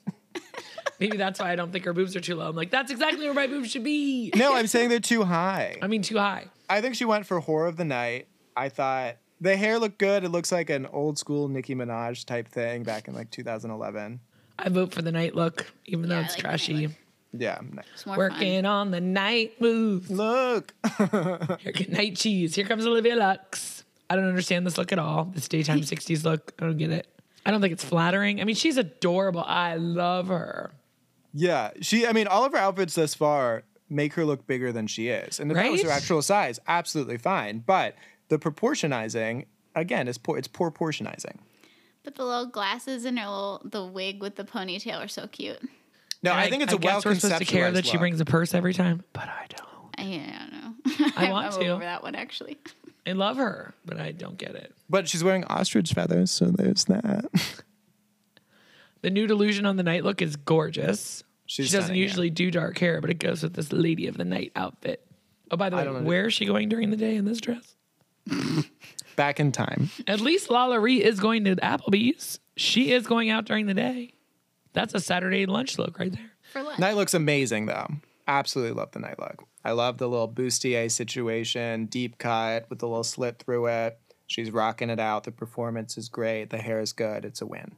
Maybe that's why I don't think her boobs are too low. I'm like, that's exactly where my boobs should be. No, I'm saying they're too high. I mean, too high. I think she went for horror of the night. I thought the hair looked good. It looks like an old school Nicki Minaj type thing back in like 2011. I vote for the night look, even though Yeah, I it's like the night trashy. look. Yeah. nice. It's more Working fun. on the night move. Look. Here, good night cheese. Here comes Olivia Lux. I don't understand this look at all. This daytime 60s look. I don't get it. I don't think it's flattering. I mean, she's adorable. I love her. Yeah, she. I mean, all of her outfits thus far make her look bigger than she is, and if that was her Right? actual size, absolutely fine. But the proportionizing again is poor. It's poor portionizing. But the little glasses and her little the wig with the ponytail are so cute. No, And I, think it's a well guess we're supposed to care that she brings a purse every time, but I don't. I, I don't know. I want I'm to. over that one actually. I love her, but I don't get it. But she's wearing ostrich feathers, so there's that. The nude illusion on the night look is gorgeous. She's she doesn't stunning, yeah. usually do dark hair, but it goes with this lady of the night outfit. Oh, by the way, don't under- where is she going during the day in this dress? Back in time. At least Lala Ree is going to Applebee's. She is going out during the day. That's a Saturday lunch look right there. For lunch. Night looks amazing though. Absolutely love the night look. I love the little bustier situation, deep cut with the little slit through it. She's rocking it out. The performance is great. The hair is good. It's a win.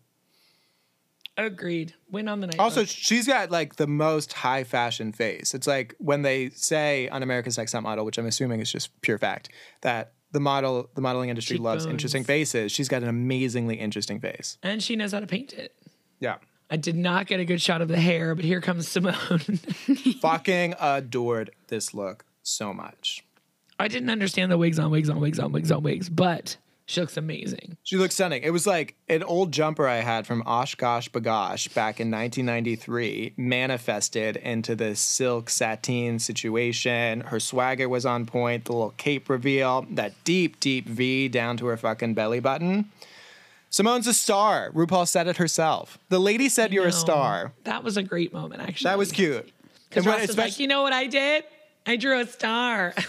Agreed. Win on the night. Also, vote. she's got like the most high fashion face. It's like when they say on America's Next Top Model, which I'm assuming is just pure fact, that the model, the modeling industry loves Cheekbones. interesting faces. She's got an amazingly interesting face. and she knows how to paint it. Yeah, I did not get a good shot of the hair, but here comes Simone. fucking adored this look so much. I didn't understand the wigs on wigs on wigs on wigs on wigs, but she looks amazing. She looked stunning. It was like an old jumper I had from Oshkosh Bagosh back in 1993 manifested into this silk sateen situation. Her swagger was on point, the little cape reveal, that deep, deep V down to her fucking belly button. Simone's a star. RuPaul said it herself. The lady said you're a No, star. That was a great moment, actually. That was cute. And Because when- Ross was like, especially- you know what I did? I drew a star.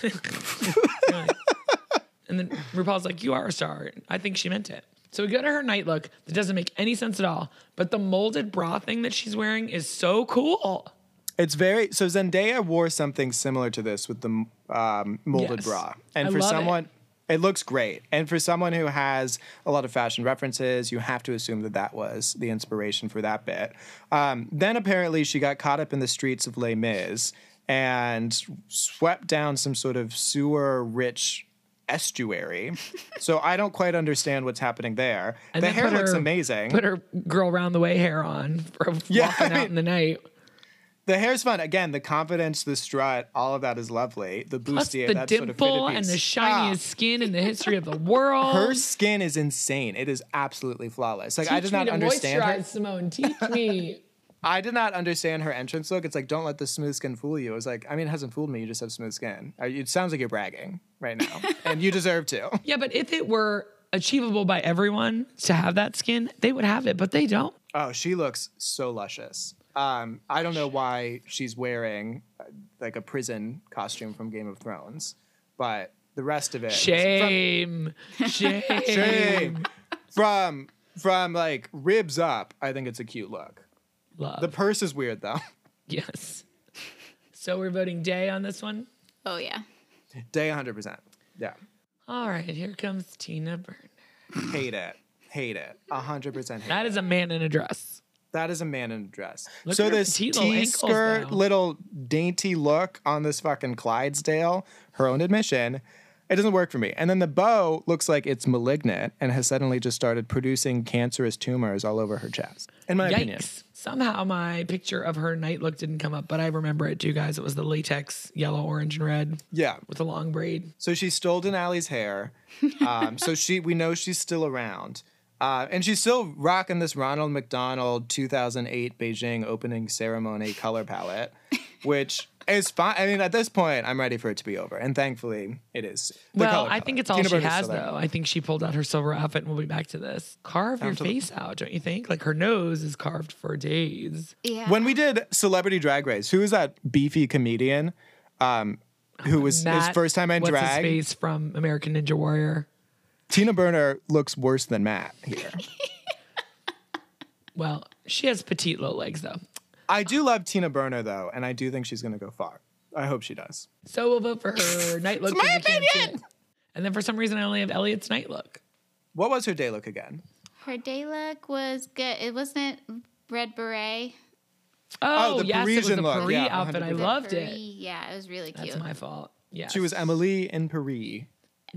and then RuPaul's like, you are a star. I think she meant it. So we go to her night look that doesn't make any sense at all, but the molded bra thing that she's wearing is so cool. It's very so. Zendaya wore something similar to this with the um, molded Yes. bra, and I for love it. someone, it. looks great. And for someone who has a lot of fashion references, you have to assume that that was the inspiration for that bit. Um, then apparently, she got caught up in the streets of Les Mis and swept down some sort of sewer-rich estuary. so I don't quite understand what's happening there. And the then hair put looks her- amazing. Put her girl round the way hair on for Yeah, walking I mean- out in the night. The hair's fun. Again, the confidence, the strut, all of that is lovely. The Plus bustier, the that sort of dimple fitted and piece. the shiniest skin in the history of the world. Ah, her skin is insane. It is absolutely flawless. Like I did Teach not me to understand moisturize, her. Simone. Teach me. I did not understand her entrance look. It's like don't let the smooth skin fool you. It was like I mean, it hasn't fooled me. You just have smooth skin. Uh, It sounds like you're bragging right now, and you deserve to. yeah, but if it were achievable by everyone to have that skin, they would have it, but they don't. Oh, she looks so luscious. Um, I don't know why she's wearing uh, like a prison costume from Game of Thrones, but the rest of it is- from- Shame. Shame. Shame. from from like ribs up, I think it's a cute look. Love. The purse is weird though. yes. So we're voting day on this one. Oh yeah. Day 100%. Yeah. All right, here comes Tina Burner. Hate it. Hate it. 100% hate. That is a man in a dress. That is a man in a dress. Look so at her this petite little ankles, T-skirt, though. little dainty look on this fucking Clydesdale, her own admission, it doesn't work for me. And then the bow looks like it's malignant and has suddenly just started producing cancerous tumors all over her chest. In my Yikes. opinion. Somehow my picture of her night look didn't come up, but I remember it too, guys. It was the latex, yellow, orange, and red Yeah. with the long braid. So she stole Denali's hair. Um, so she, we know she's still around, uh, and she's still rocking this Ronald McDonald 2008 Beijing opening ceremony color palette, which is fine. I mean, at this point, I'm ready for it to be over, and thankfully, it is. The well, color I palette. think it's all Tina she Burner's has, still there. though. I think she pulled out her silver outfit, and we'll be back to this. Carve your to the- face out, don't you think? Like her nose is carved for days. Yeah. When we did Celebrity Drag Race, who was that beefy comedian um, who was his Oh, Matt- first time in what's drag? His face from American Ninja Warrior. Tina Burner looks worse than Matt here. Well, she has petite little legs though. I do love Tina Burner though, and I do think she's going to go far. I hope she does. So we'll vote for her night look. It's my 'cause we can't see opinion! it. And then for some reason, I only have Elliot's night look. What was her day look again? Her day look was good. It wasn't red beret. Oh, the yes, it was Parisian the look. Paris Yeah, outfit. I 100%. loved Paris. it. Yeah, it was really That's cute. my fault. Yeah, She was Emily in Paris.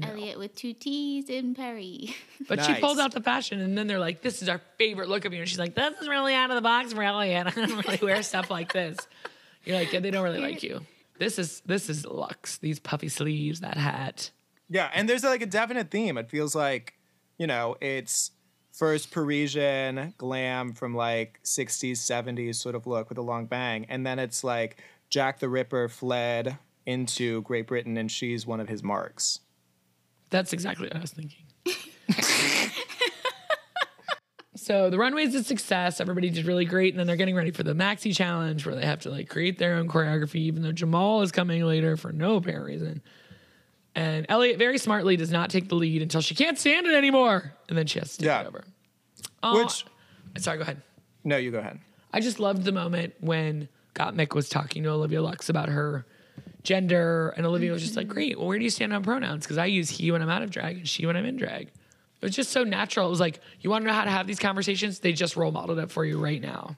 Elliot with two T's in Paris. but Nice. she pulled out the fashion, and then they're like, "This is our favorite look of you," and she's like, "This is really out of the box for Elliot. I don't really wear stuff like this." You're like, yeah, "They don't really like you." This is this is luxe. These puffy sleeves, that hat. Yeah, and there's like a definite theme. It feels like, you know, it's first Parisian glam from like 60s, 70s sort of look with a long bang. And then it's like Jack the Ripper fled into Great Britain and she's one of his marks. That's exactly what I was thinking. so the runway's a success. Everybody did really great, and then they're getting ready for the maxi challenge where they have to like create their own choreography, even though Jamal is coming later for no apparent reason. And Elliot very smartly does not take the lead until she can't stand it anymore, and then she has to take Yeah. it over. Oh, Which- sorry, go ahead. No, you go ahead. I just loved the moment when Gottmik was talking to Olivia Lux about her gender, and Olivia was just like, "Great, well, where do you stand on pronouns? Because I use he when I'm out of drag and she when I'm in drag." It was just so natural. It was like, you want to know how to have these conversations? They just role modeled it for you right now.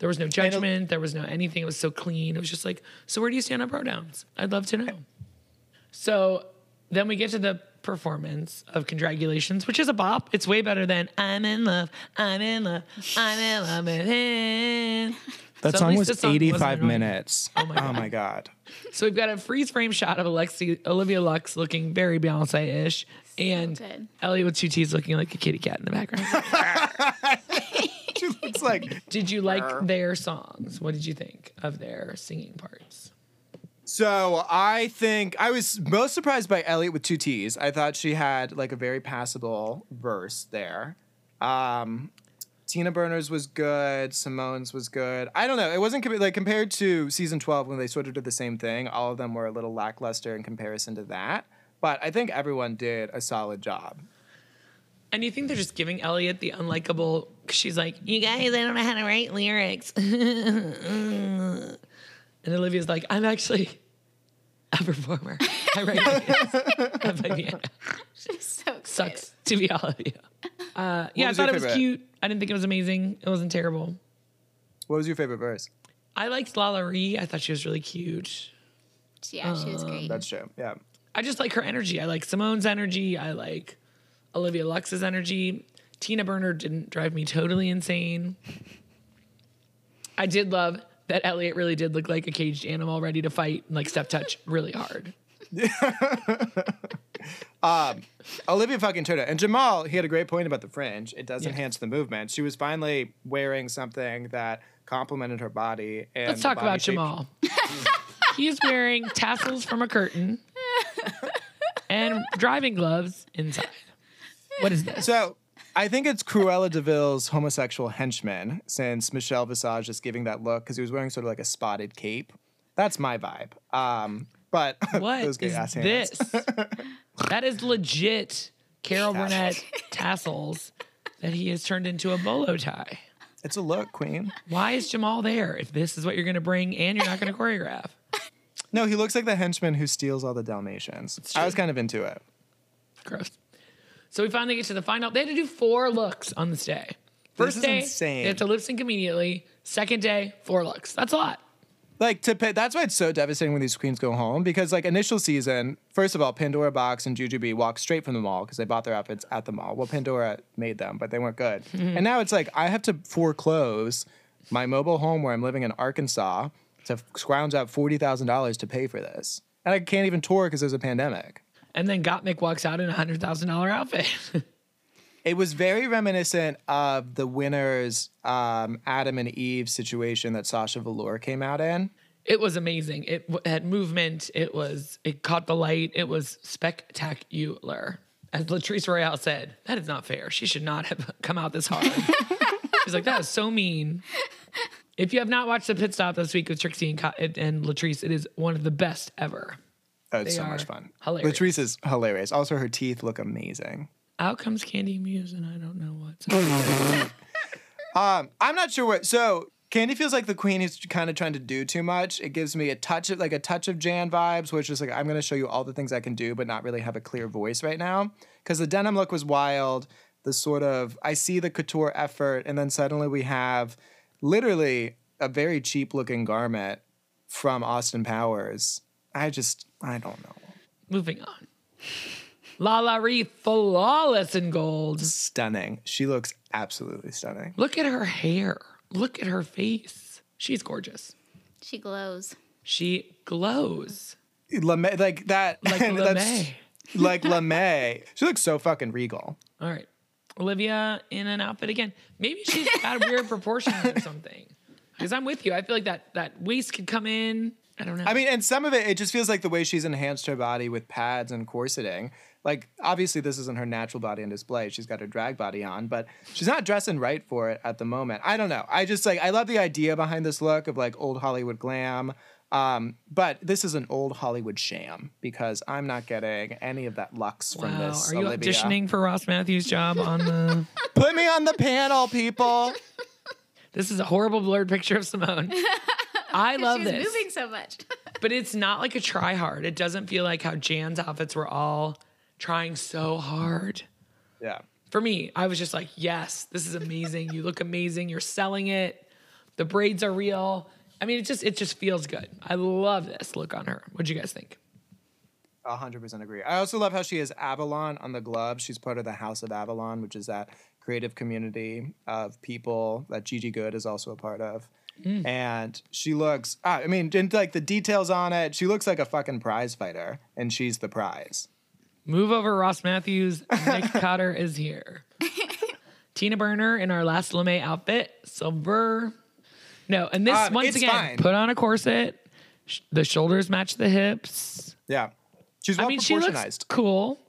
There was no judgment. There was no anything. It was so clean. It was just like, so where do you stand on pronouns? I'd love to know. So then we get to the performance of Congratulations, which is a bop. It's way better than I'm in love, I'm in love, I'm in love with him. That So at song least was this song wasn't 85 annoying. minutes. Oh my god. So we've got a freeze frame shot of Alexi, Olivia Lux looking very Beyonce ish, and good. Ellie with two T's looking like a kitty cat in the background. She looks like did you like their songs? What did you think of their singing parts? So I think I was most surprised by Elliot with two T's. I thought she had like a very passable verse there. Um, Tina Burners was good. Simone's was good. I don't know. It wasn't com- like compared to season twelve when they sort of did the same thing. All of them were a little lackluster in comparison to that. But I think everyone did a solid job. And you think they're just giving Elliot the unlikable? Cause she's like, you guys, I don't know how to write lyrics. and Olivia's like, I'm actually a performer. I write lyrics. I play piano. So excited. Sucks to be all of you. Uh, yeah, I was your thought it was favorite? cute. I didn't think it was amazing. It wasn't terrible. What was your favorite verse? I liked Lala Ree. I thought she was really cute. Yeah, she was great. That's true. Yeah. I just like her energy. I like Simone's energy. I like Olivia Lux's energy. Tina Burner didn't drive me totally insane. I did love that Elliot really did look like a caged animal ready to fight and like step touch really hard. Olivia fucking Toto. And Jamal, he had a great point about the fringe. It does enhance the movement. She was finally wearing something that complemented her body. And Let's the talk body about shape- Jamal. He's wearing tassels from a curtain and driving gloves inside. What is this? So I think it's Cruella DeVille's homosexual henchman, since Michelle Visage is giving that look because he was wearing sort of like a spotted cape. That's my vibe. Um, but What those is gay ass hands. this? that is legit Carol Burnett tassels that he has turned into a bolo tie. It's a look, Queen. Why is Jamal there if this is what you're going to bring and you're not going to choreograph? No, he looks like the henchman who steals all the Dalmatians. I was kind of into it. Gross. So we finally get to the final. They had to do four looks on this day. First is day, insane. they have to lip sync immediately. Second day, four looks. That's a lot. like to pay, that's why it's so devastating when these queens go home because like initial season first of all pandora box and jujubee walked straight from the mall because they bought their outfits at the mall well pandora made them but they weren't good and now it's like i have to foreclose my mobile home where i'm living in arkansas to scrounge up $40000 to pay for this and i can't even tour because there's a pandemic And then Gottmik walks out in a hundred thousand dollar outfit. it was very reminiscent of the winners um, adam and eve situation that sasha velour came out in it was amazing. It w- had movement. It was. It caught the light. It was spectacular. As Latrice Royale said, that is not fair. She should not have come out this hard. She's like, that is so mean. If you have not watched the pit stop this week with Trixie and, Co- and- and Latrice, it is one of the best ever. Oh, it's They so much are fun. hilarious. Latrice is hilarious. Also, her teeth look amazing. Out comes Candy Muse, and I don't know what's. I'm not sure what. So Candy feels like the queen is kind of trying to do too much. It gives me a touch of like a touch of Jan vibes, which is like I'm going to show you all the things I can do, but not really have a clear voice right now. Because the denim look was wild. The sort of I see the couture effort, and then suddenly we have literally a very cheap looking garment from Austin Powers. I just I don't know. Moving on. Lala Ree, flawless in gold. Stunning. She looks absolutely stunning. Look at her hair. Look at her face. She's gorgeous. She glows. She glows Lame, like that. like a that's- LeMay. like LeMay. She looks so fucking regal. All right. Olivia in an outfit again. Maybe she's got weird proportions or something. Because I'm with you. I feel like that that waist could come in. I don't know. I mean, and some of it, it just feels like the way she's enhanced her body with pads and corseting. Like, obviously, this isn't her natural body in display. She's got her drag body on, but she's not dressing right for it at the moment. I don't know. I just like, I love the idea behind this look of like old Hollywood glam. Um, but this is an old Hollywood sham because I'm not getting any of that lux from wow. this. Are you Olivia. auditioning for Ross Matthews' job on the Put me on the panel, people. This is a horrible blurred picture of Simone. I love She's this. moving so much. But it's not like a try hard. It doesn't feel like how Jan's outfits were all trying so hard. Yeah. For me, I was just like, yes, this is amazing. you look amazing. You're selling it. The braids are real. I mean, it just it just feels good. I love this look on her. What'd you guys think? A 100% agree. I also love how she is Avalon on the glove. She's part of the House of Avalon, which is that creative community of people that Gigi Good is also a part of. Hmm. And she looks, ah, I mean, and like the details on it, she looks like a fucking prize fighter, and she's the prize. Move over, Ross Matthews. Nick Cotter is here. Tina Burner in our last LeMay outfit, silver. No, and this Um, once it's again, fine. put on a corset. Sh- the shoulders match the hips. Yeah. She's well I mean, she looks proportionized. cool.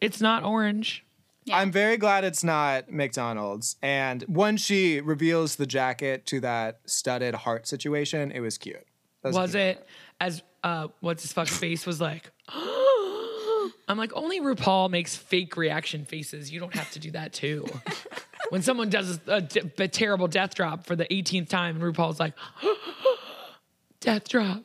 It's not orange. I'm very glad it's not McDonald's. And when she reveals the jacket to that studded heart situation, it was cute. That Was cute. it as uh, what's his fuck's face was like? I'm like, only RuPaul makes fake reaction faces. You don't have to do that too. when someone does a, d- a terrible death drop for the 18th time, and RuPaul's like, death drop.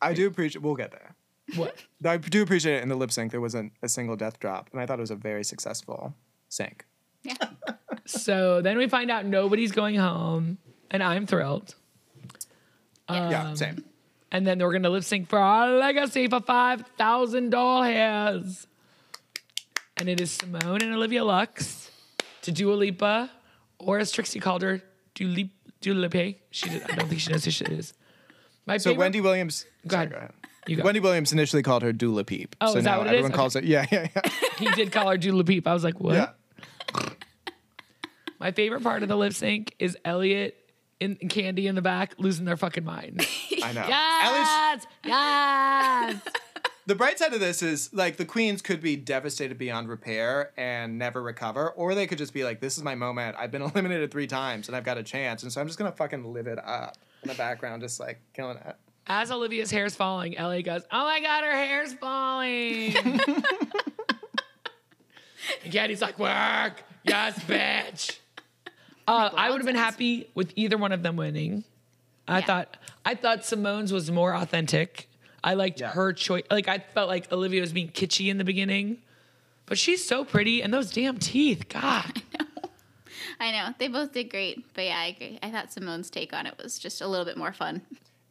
I do appreciate. We'll get there. What? I do appreciate it in the lip sync. There wasn't a single death drop, and I thought it was a very successful sync. Yeah. so then we find out nobody's going home, and I'm thrilled. Um, yeah, same. And then we're gonna lip sync for our legacy for five thousand dollars. And it is Simone and Olivia Lux to Dua Lipa, or as Trixie called her, Dulip Dulipe. She did, I don't think she knows who she is. My So favorite- Wendy Williams. Go ahead. You go. Wendy Williams initially called her Dula Peep. Oh, so is that now what it is? everyone Okay. calls it. Yeah, yeah, yeah. he did call her Dulipe. I was like, what? yeah. My favorite part of the lip sync is Elliot and Candy in the back losing their fucking minds. I know. At least yes, yes. the bright side of this is like the queens could be devastated beyond repair and never recover, or they could just be like, "This is my moment. I've been eliminated three times, and I've got a chance, and so I'm just gonna fucking live it up." In the background, just like killing it. As Olivia's hair's falling, Ellie goes, Oh my God, her hair's falling. and Gaddy's like, Work. Yes, bitch. Uh, I would have been happy with either one of them winning. I Yeah. thought I thought Simone's was more authentic. I liked Yeah. her choice. Like I felt like Olivia was being kitschy in the beginning, but she's so pretty and those damn teeth. God, I know. They both did great. But yeah, I agree. I thought Simone's take on it was just a little bit more fun.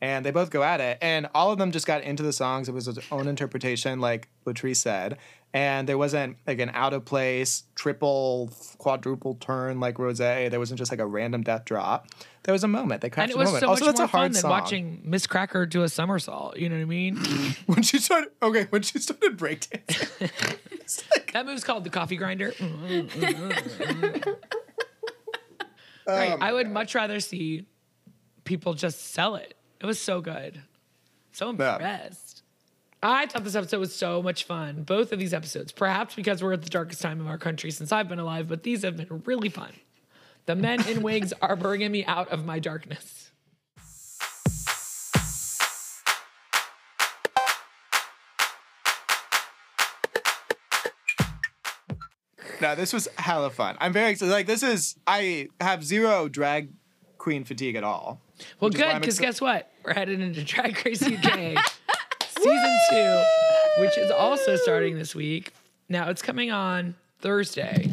and they both go at it and all of them just got into the songs it was its own interpretation like latrice said and there wasn't like an out of place triple quadruple turn like rose there wasn't just like a random death drop there was a moment they crafted and it was a moment so also much that's more a hard fun than song watching Miss Cracker do a somersault. You know what I mean? when she started okay when she started breakdancing That move's called the coffee grinder. Mm, right, I would much rather see people just sell it. It was so good. So Yeah. impressed. I thought this episode was so much fun. Both of these episodes, perhaps because we're at the darkest time of our country since I've been alive, but these have been really fun. The men in wigs are bringing me out of my darkness. no this was hella fun i'm very excited like this is i have zero drag queen fatigue at all Well, is why good, I'm because exci- guess what? We're headed into Drag Race UK season two, which is also starting this week. Now it's coming on Thursday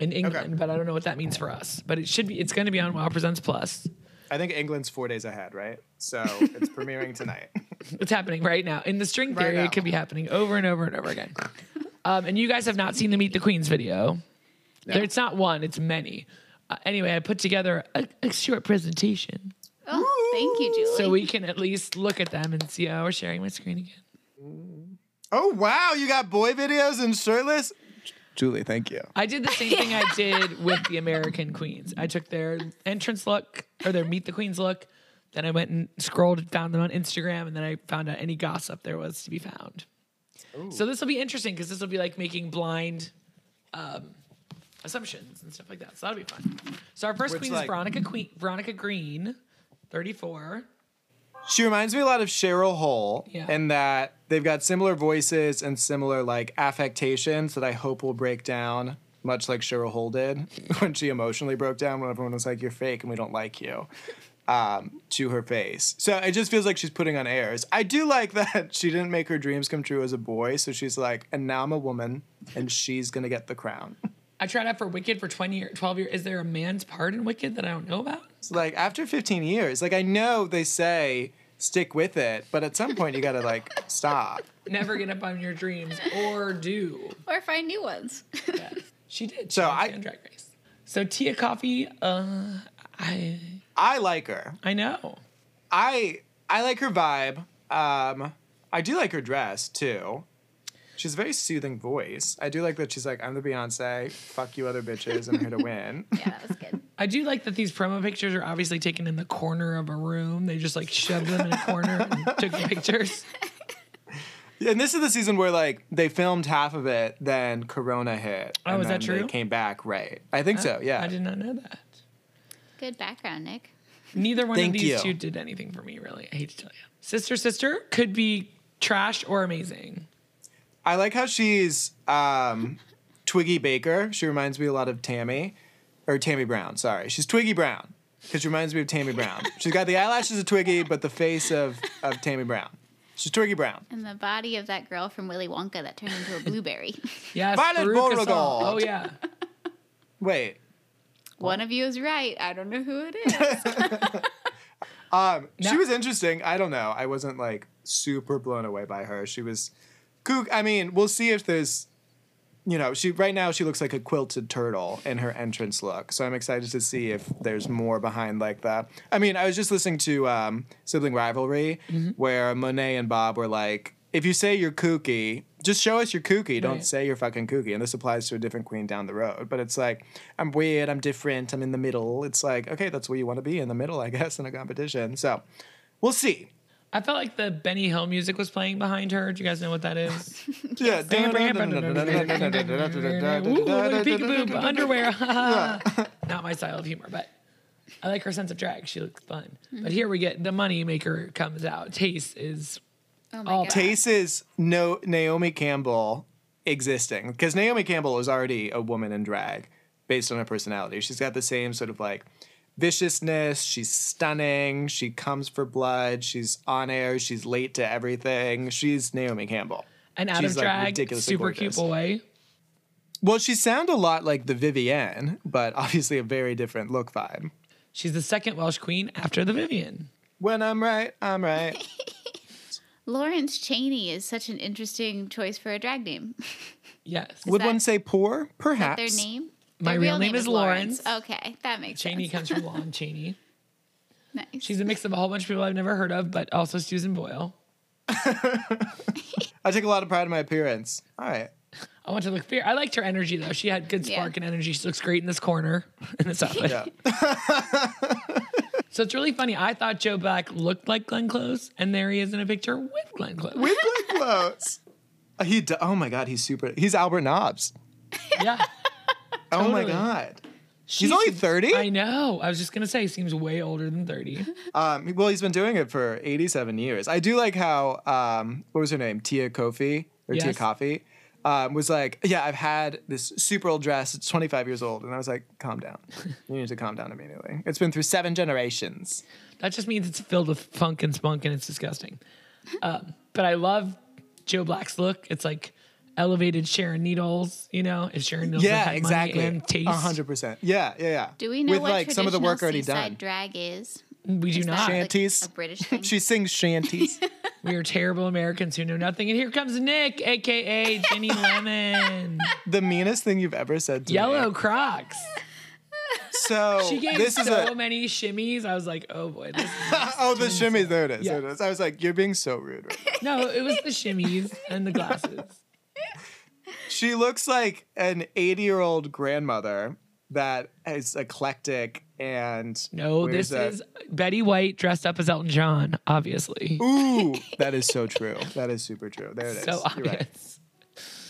in England, but I don't know what that means for us. But it should be. It's going to be on Wow Presents Plus. i think england's four days ahead right so it's premiering tonight It's happening right now. In the string Right theory, now. it could be happening over and over and over again. Um, and you guys have not seen the Meet the Queens video. There, it's not one; it's many. Uh, anyway, I put together a, a short presentation Oh, thank you, Julie. so we can at least look at them and see. Oh, we're sharing my screen again. Oh wow, you got boy videos and shirtless? Julie, thank you. I did the same thing I did with the American Queens. I took their entrance look or their Meet the Queens look. Then I went and scrolled and found them on Instagram, and then I found out any gossip there was to be found. So this will be interesting because this will be like making blind um, assumptions and stuff like that. So that'll be fun. So our first Which, queen is like- Veronica Queen, Veronica Green, thirty-four. She reminds me a lot of Cheryl Hole Yeah. in that they've got similar voices and similar like affectations that I hope will break down, much like Cheryl Hole did when she emotionally broke down when everyone was like, You're fake and we don't like you. Um, to her face. So it just feels like she's putting on airs. I do like that she didn't make her dreams come true as a boy, so she's like, and now I'm a woman and she's gonna get the crown. I tried out for Wicked for 20 or 12 years. Is there a man's part in Wicked that I don't know about? It's like after 15 years, like I know they say stick with it, but at some point you gotta like stop. Never get up on your dreams or do. or find new ones. She did. She So went I- on Drag Race. So Tia Coffee, uh, I I like her. I know. I I like her vibe. Um, I do like her dress too. She's a very soothing voice. I do like that she's like, I'm the Beyonce, fuck you other bitches, I'm here to win. yeah, that was good. I do like that these promo pictures are obviously taken in the corner of a room. They just like shoved them in a corner and took the pictures. and this is the season where like they filmed half of it, then Corona hit. Oh, and is then that they true? Uh, came back, right? I think so. Yeah. I did not know that. Good background, Nick. Neither one Thank of these you. two did anything for me, really. I hate to tell you. Sister Sister could be trash or amazing. I like how she's um, Twiggy Baker. She reminds me a lot of Tammy, or Tammy Brown. Sorry, she's Twiggy Brown because she reminds me of Tammy Brown. She's got the eyelashes of Twiggy, but the face of of Tammy Brown. She's Twiggy Brown. And the body of that girl from Willy Wonka that turned into a blueberry. Yes, Violet Veruca Beauregard. Salt. Oh yeah. Wait, One of you is right. I don't know who it is. um, she No. was interesting. I don't know. I wasn't like super blown away by her. She was kook. I mean, we'll see if there's. You know, she right now she looks like a quilted turtle in her entrance look. So I'm excited to see if there's more behind like that. I mean, I was just listening to um, Sibling Rivalry where Monet and Bob were like, if you say you're kooky, just show us you're kooky. Don't Right. say you're fucking kooky. And this applies to a different queen down the road. But it's like, I'm weird, I'm different, I'm in the middle. It's like, okay, that's where you want to be in the middle, I guess, in a competition. So we'll see. I felt like the Benny Hill music was playing behind her. Do you guys know what that is? Yeah. Ooh, look, peekaboo, but underwear. Not my style of humor, but I like her sense of drag. She looks fun. Hmm. But here we get the money maker comes out. Taste is Oh All my god. Tace is no Naomi Campbell existing because Naomi Campbell is already a woman in drag based on her personality. She's got the same sort of like viciousness. She's stunning. She comes for blood. She's on air. She's late to everything. She's Naomi Campbell. an out She's, of like, drag, ridiculously super cute gorgeous. boy. Well, she sounds a lot like the Vivienne, but obviously a very different look vibe. She's the second Welsh queen after the Vivian. When I'm right, I'm right. Lawrence Cheney is such an interesting choice for a drag name. Yes. Would that- one say poor? Perhaps. Their name? Oh, My Their real name is Okay, that makes Cheney comes sense. from Lon Cheney. Nice. She's a mix of a whole bunch of people I've never heard of, but also Susan Boyle. I take a lot of pride in my appearance. All right. I want to look fair. I liked her energy though. She had good Yeah. spark and energy. She looks great in this corner in this outfit. Yeah. So it's really funny. I thought Joe Black looked like Glenn Close, and there he is in a picture with Glenn Close. with Glenn Close. He d- oh my god, he's super. He's Albert Nobbs. yeah. Oh my Totally. god, She's only 30? I know. I was just gonna say he seems way older than 30. Um, well, he's been doing it for 87 years. I do like how, um, what was her name? Tia Kofi or Tia Yes. Coffee um, was like, yeah, I've had this super old dress. It's 25 years old. And I was like, calm down. You need to calm down immediately. It's been through seven generations. That just means it's filled with funk and spunk and it's disgusting. Um, but I love Joe Black's look. It's like elevated Sharon Needles, you know, if Sharon Needles yeah, had money exactly. and taste. 100%. Yeah, yeah, yeah. Do we know With what like some of the traditional work already seaside done. drag is? We do not. Shan- Shanties. a British thing. she sings shanties. We are terrible Americans who know nothing. And here comes Nick, aka Jenny Lemon. the meanest thing you've ever said to me. Yellow Crocs. So She gave Oh, this so is a many shimmies. I was like, oh boy. This oh, the shimmies. There it is. There it Yeah. is. I was like, you're being so rude. Right now. no, it was the shimmies and the glasses. she looks like an 80 year old grandmother that is eclectic and. No, wears this a- is Betty White dressed up as Elton John, obviously. Ooh, that is so true. That is super true. There it is. so You're right. obvious.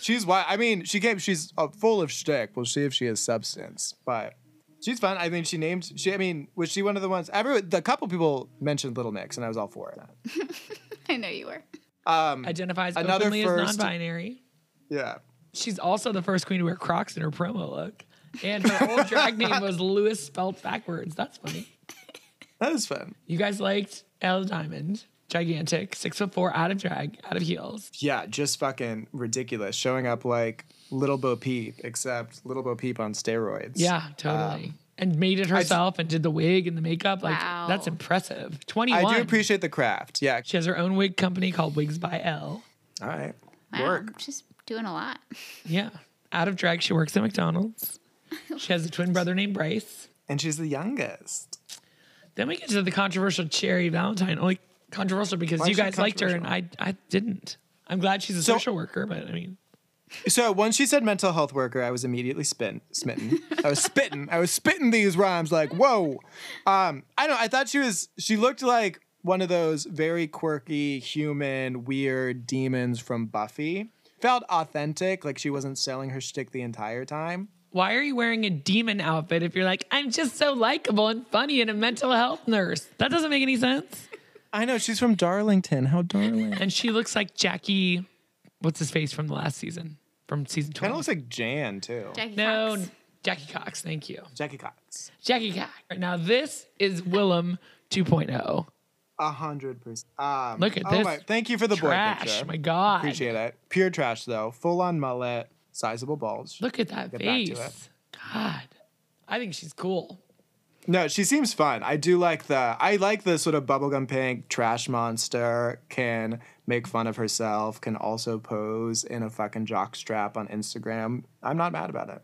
She's why I mean, she gave. She's uh, full of shtick. We'll see if she has substance, but she's fun. I mean, she named. She. I mean, was she one of the ones? Every the couple people mentioned Little Mix, and I was all for it. I know you were. Identifies Um, Another openly as first- non-binary. Yeah. She's also the first queen to wear Crocs in her promo look, and her old drag name was Lewis spelled backwards. That's funny. That is fun. You guys liked Elle Diamond. gigantic, six foot four, out of drag, out of heels. Yeah, just fucking ridiculous. Showing up like Little Bo Peep, except Little Bo Peep on steroids. Yeah, Um, totally. and made it herself and did the wig and the makeup. Like Wow. that's impressive. Twenty I one. do appreciate the craft. Yeah. She has her own wig company called Wigs by L. All right. Wow, Work. Just doing a lot. Yeah. Out of drag, she works at McDonald's. She has a twin brother named Bryce. And she's the youngest. Then we get to the controversial Cherry Valentine. Only controversial because Why you is she guys liked her and I I didn't. I'm glad she's a So- social worker, but I mean, So when she said mental health worker, I was immediately spin, smitten. I was spitting. I was spitting these rhymes like, whoa. Um, I don't know. I thought she was, she looked like one of those very quirky, human, weird demons from Buffy. Felt authentic, like she wasn't selling her shtick the entire time. why are you wearing a demon outfit if you're like, I'm just so likable and funny and a mental health nurse? That doesn't make any sense. I know, she's from Darlington. How darling. And she looks like Jackie, what's his face from the last season, from season Kind 12. of looks like Jan, too. Jackie no, Fox. Jackie Cox. Thank you. Jackie Cox. Jackie Cox. Now, this is Willem oh. 2.0. A hundred percent. Um, Look at oh this My, thank you for the boy Trash. picture. My God. Appreciate it. Pure trash though. Full on mullet, sizable bulge. Look at that Get back to face. God. I think she's cool. No, she seems fun. I do like the. I like the sort of bubblegum pink trash monster. Can make fun of herself. Can also pose in a fucking jockstrap on Instagram. I'm not mad about it.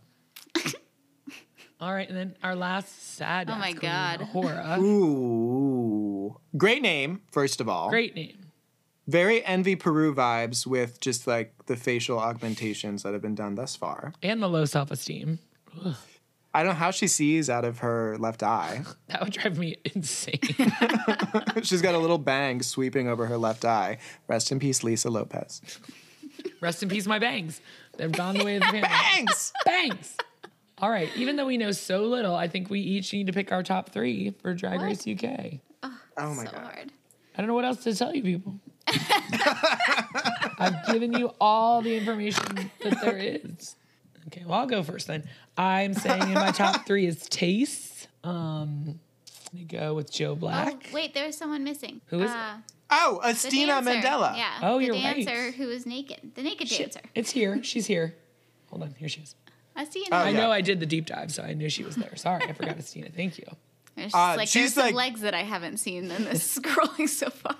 All right. And then our last sad. Oh my God. Hora. Ooh, great name. First of all, Great name. Very envy Peru vibes with just like the facial augmentations that have been done thus far. And the low self esteem. I don't know how she sees out of her left eye. That would drive me insane. She's got a little bang sweeping over her left eye. Rest in peace, Lisa Lopez. Rest in peace, my bangs. They've gone the way of the family. Thanks. bangs. All right. Even though we know so little, I think we each need to pick our top three for Drag What? Race UK. I Oh my so god. hard. don't know what else to tell you people. I've given you all the information that there is. Okay, well, I'll go first then. I'm saying in my top three is Taste. Um, let me go with Joe Oh, Black. wait, there was someone missing. Who is it? uh, Oh, the Estina dancer. Mandela. Yeah. Oh, the you're right. dancer who was naked. The naked Shit, dancer. It's here. She's here. Hold on. Here she is. I see you Oh, now. I yeah. know I did the deep dive, so I knew she was there. Sorry, I forgot Estina. Thank you. It's just Uh, like she's there's some like- legs that I haven't seen in this scrolling so far.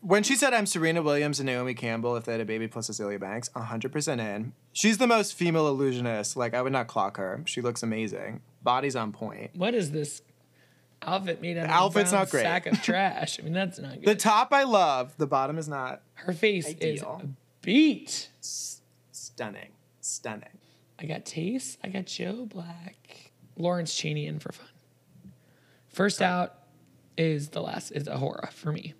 When she said I'm Serena Williams and Naomi Campbell if they had a baby plus Cecilia Banks, 100% in. She's the most female illusionist. Like I would not clock her. She looks amazing. Body's on point. what is this outfit made out of? a outfit's brown not great. Sack of trash. I mean, that's not The good. top I love, the bottom is not Her face is Ideal. a beat. stunning. Stunning. I got Taste. I got Joe Black. Lawrence Cheney in for fun. First out is the last is a horror for me.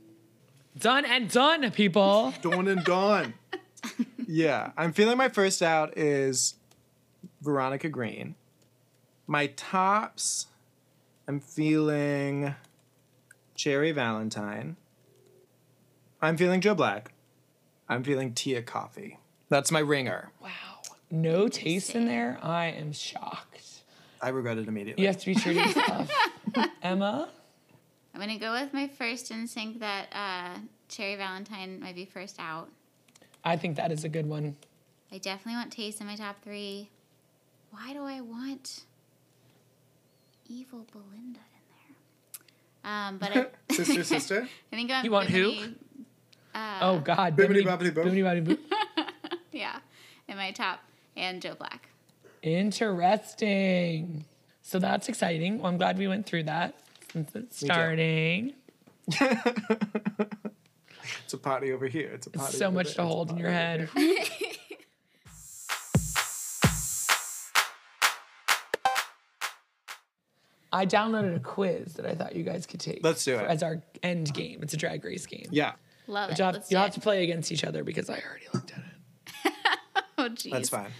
Done and done, people. Dawn and Dawn. yeah, I'm feeling my first out is Veronica Green. My tops, I'm feeling Cherry Valentine. I'm feeling Joe Black. I'm feeling Tia Coffee. That's my ringer. wow. No taste in there. I am shocked. I regret it immediately. You have to be true to yourself. Emma, I'm gonna go with my first instinct that uh, Cherry Valentine might be first out. I think that is a good one. I definitely want Taste in my top three. Why do I want evil Belinda in there? Um, but I, Sister, sister. I think I'm You want who? Bimini- oh God. Bibbidi Bibbidi- bobbidi boo. bibbidi bobbidi boo. Yeah, in my top and Joe Black. Interesting. So that's exciting. Well, I'm glad we went through that since it's Me too. starting. It's a party over here. It's a party. So over there. much It's to a hold in party your over head. I downloaded a quiz that I thought you guys could take. Let's do for- it. As our end game. It's a drag race game. Yeah, Love But it. You'll, have, Let's you'll do have to it. play against each other because I already looked at it. Oh, jeez. that's fine.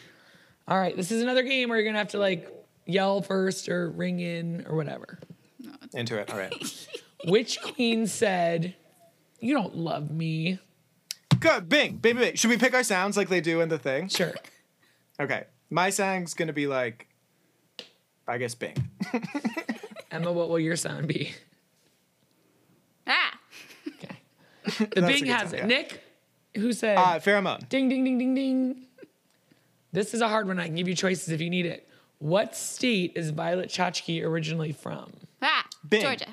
All right, this is another game where you're gonna have to like yell first or ring in or whatever. Into it. All right. Which queen said, "You don't love me"? Good. Bing. Bing. Bing. Bing. Should we pick our sounds like they do in the thing? Sure. Okay. My sang's gonna be like I guess Bing. Emma, what will your sound be? Ah, Okay. The That's a Bing good has time, it. yeah. Nick, who said? Uh, pheromone. ding, ding, ding, ding, ding. This is a hard one. I can give you choices if you need it. What state is Violet Chachki originally from? Ah, Bing. Georgia.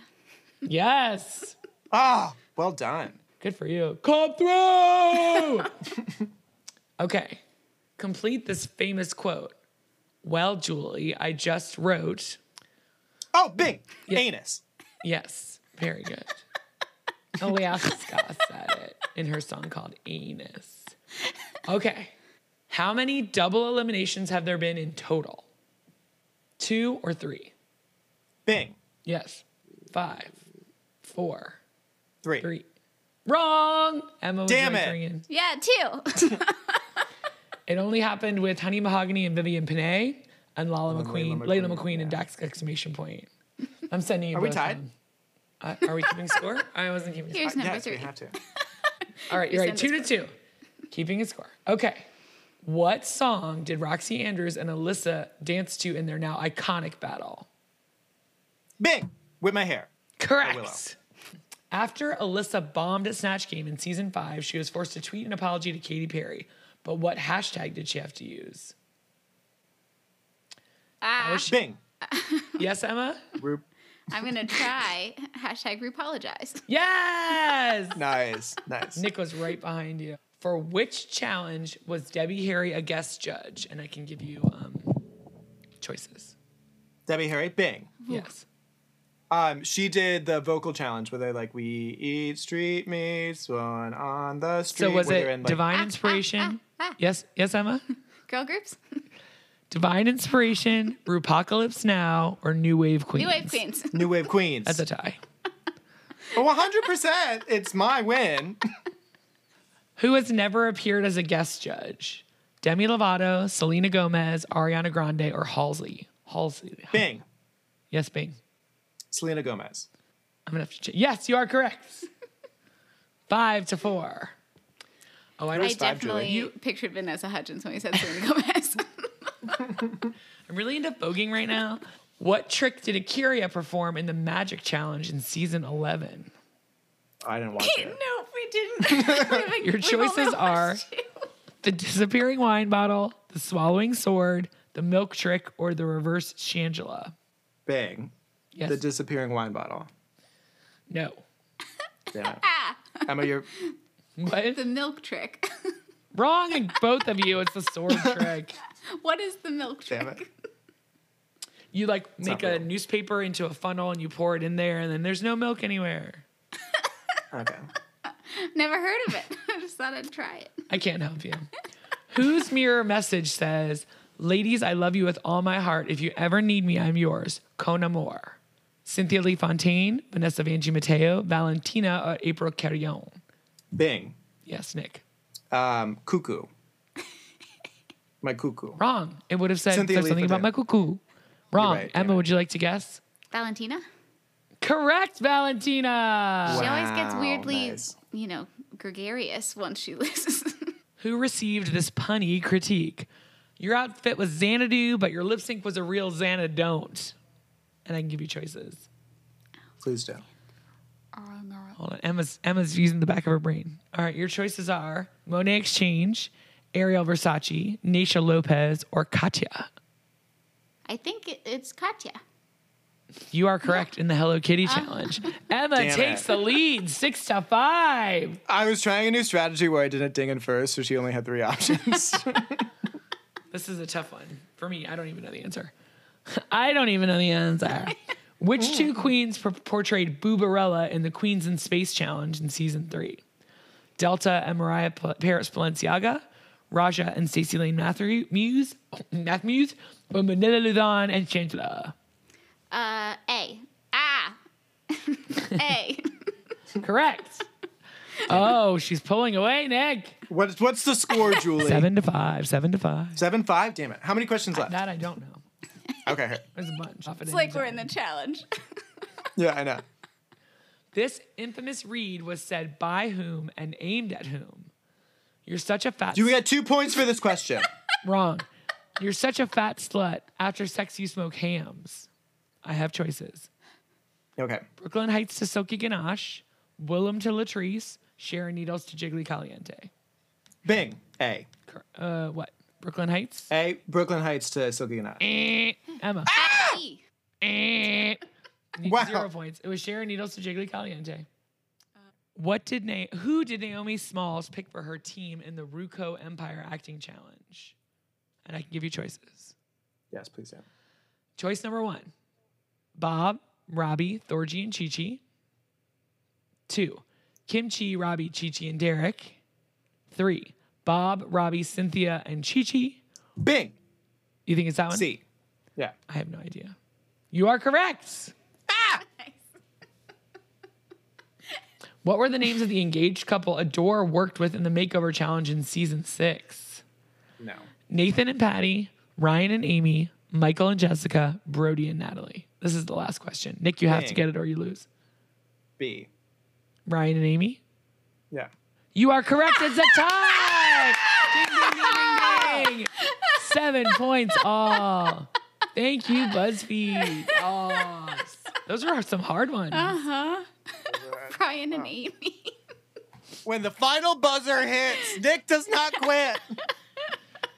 Yes. Ah, well done. Good for you. Come through. okay. Complete this famous quote. Well, Julie, I just wrote. Oh, Bing. Anus. Yes. Very good. Alaska said it in her song called Anus. Okay. How many double eliminations have there been in total? Two or three? Bing. Yes. Five, four, Three. three. Wrong. Emma was Damn it. in. Yeah, two. It only happened with Honey Mahogany and Vivian Panay and Lala McQueen, Layla Layla McQueen, McQueen, and Dax exclamation point. I'm sending you. Are we both tied? home. Uh, are we keeping score? I wasn't keeping score. Here's number yes, three. we have to. All right, you're right. Two send to two. Keeping a score. Okay. What song did Roxy Andrews and Alyssa dance to in their now iconic battle? Bing. With my hair. Willow. Correct. After Alyssa bombed at Snatch Game in season five, she was forced to tweet an apology to Katy Perry. But what hashtag did she have to use? Ah, Bing. Yes, Emma? Ru- I'm gonna try hashtag repologize. Yes! nice. Nice. Nick was right behind you. For which challenge was Debbie Harry a guest judge? And I can give you um, choices. Debbie Harry. Bing. Yes. Um, she did the vocal challenge where they're like, "We eat street meats, one on the street." So was where it they're in, like- Ah, Divine Inspiration? Yes, yes, Emma. Girl groups, Divine Inspiration, Rupocalypse Now, or New Wave Queens? new wave queens. New Wave Queens? That's a tie. One hundred percent. It's my win. Who has never appeared as a guest judge? Demi Lovato, Selena Gomez, Ariana Grande, or Halsey? Halsey. Bing. Yes, Bing. Selena Gomez. I'm gonna have to change. Yes, you are correct. Five to four. Oh, I I don't. five, Julie. definitely You- pictured Vanessa Hudgens when we said Selena Gomez. I'm really into voguing right now. What trick did Akira perform in the Magic Challenge in season 11? I didn't watch it. no, we didn't. We've- Your we've choices only watched are- two. The disappearing wine bottle, the swallowing sword, the milk trick, or the reverse Shangela? Bing. Yes. The disappearing wine bottle. no. Damn it. Emma, you're What? the milk trick. Wrong in both of you. It's the sword trick. what is the milk trick? damn it. You like make not a real. newspaper into a funnel and you pour it in there, and then there's no milk anywhere. Okay. Never heard of it. I just thought I'd try it. I can't help you. Whose mirror message says, Ladies, I love you with all my heart. If you ever need me, I'm yours. Kona Moore. Cynthia Lee Fontaine, Vanessa Vanji Mateo, Valentina, or April Carrion. Bing. Yes, Nick. Um, cuckoo. My cuckoo. Wrong. It would have said Cynthia said Lee something about my Fontaine. cuckoo. Wrong. right, damn Emma, it. would you like to guess? Valentina. Correct, Valentina. She always gets Wow, weirdly, nice. you know, gregarious once she loses. Who received this punny critique? Your outfit was Xanadu, but your lip sync was a real Xanadon't. And I can give you choices. Please do. Hold on. Emma's Emma's using the back of her brain. All right, your choices are Monet Exchange, Ariel Versace, Nisha Lopez, or Katya. I think it, it's Katya. You are correct in the Hello Kitty challenge. Emma Damn takes it. the lead, six to five. I was trying a new strategy where I didn't ding in first, so she only had three options. This is a tough one for me. I don't even know the answer. I don't even know the answer. Which Hmm. two queens por- portrayed Booberella in the Queens in Space challenge in season three? Delta and Mariah P- Paris Balenciaga, Raja and Stacey Lane Matthew Muse, Matthews, or Manila Luzon and Chantla. Uh, A. Ah. A. Correct. oh, she's pulling away, Nick. what's what's the score, Julie? Seven to five. Seven to five. Seven five. Damn it. How many questions left? That I don't know. Okay. here. There's a bunch. It's like we're in the challenge. Yeah, I know. This infamous read was said by whom and aimed at whom? You're such a fat Do we get two points for this question? wrong. You're such a fat slut. After sex, you smoke hams. I have choices: Okay. Brooklyn Heights to Silky Ganache, Willem to Latrice, Sharon Needles to Jiggly Caliente. Bing. A. Cor- Uh, what? Brooklyn Heights? A. Brooklyn Heights to Silky and I. Eh, Emma. E. Eh. Wow. Zero points. It was Sharon Needles to Jiggly Caliente. What did Na- who did Naomi Smalls pick for her team in the Ruco Empire Acting Challenge? And I can give you choices. Yes, please do. Choice number one Bob, Robbie, Thorgy, and Chi Chi. Two, Kim Chi, Robbie, Chi Chi, and Derek. Three, Bob, Robbie, Cynthia, and Chi Chi. Bing. You think it's that one? C. Yeah. I have no idea. You are correct. Ah! What were the names of the engaged couple Adore worked with in the makeover challenge in season six? No. Nathan and Patty, Ryan and Amy, Michael and Jessica, Brody and Natalie. This is the last question. Nick, you have to Dang. get it or you lose. B. Ryan and Amy, Yeah. You are correct. It's a tie. Ding, ding, ding, ding, ding. Seven points all. Thank you, BuzzFeed. Oh, those were some hard ones. Brian and Amy. When the final buzzer hits, Nick does not quit.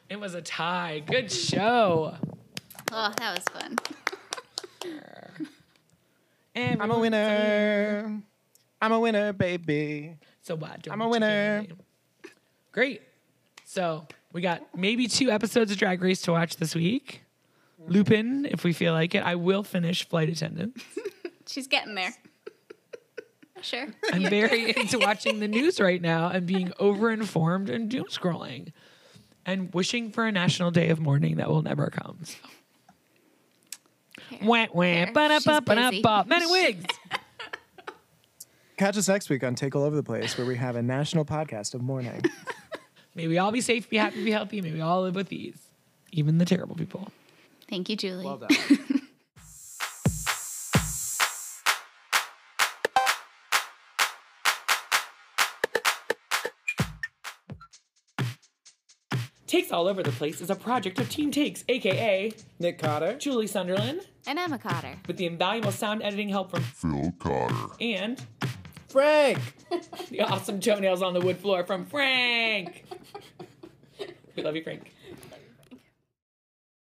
It was a tie. Good show. Oh, that was fun. I'm a Everyone's winner. I'm a winner, baby. So why don't I'm a you winner. give me a- Great. So we got maybe two episodes of Drag Race to watch this week. Lupin, if we feel like it. I will finish Flight Attendant. She's getting there. sure. I'm very into watching the news right now and being overinformed and doom scrolling and wishing for a national day of mourning that will never come. So. Wah, wah, Fair. ba-da-ba, She's busy. ba-da-ba. Men in wigs. Catch us next week on Take All Over the Place, where we have a national podcast of mourning. May we all be safe, be happy, be healthy. May we all live with ease, even the terrible people. Thank you, Julie. done. Takes All Over the Place is a project of Team Takes, aka Nick Cotter. Julie Sunderland, And Emma Cotter. with the invaluable sound editing help from Phil Cotter. and Frank. the awesome toenails on the wood floor from Frank. we love you, Frank.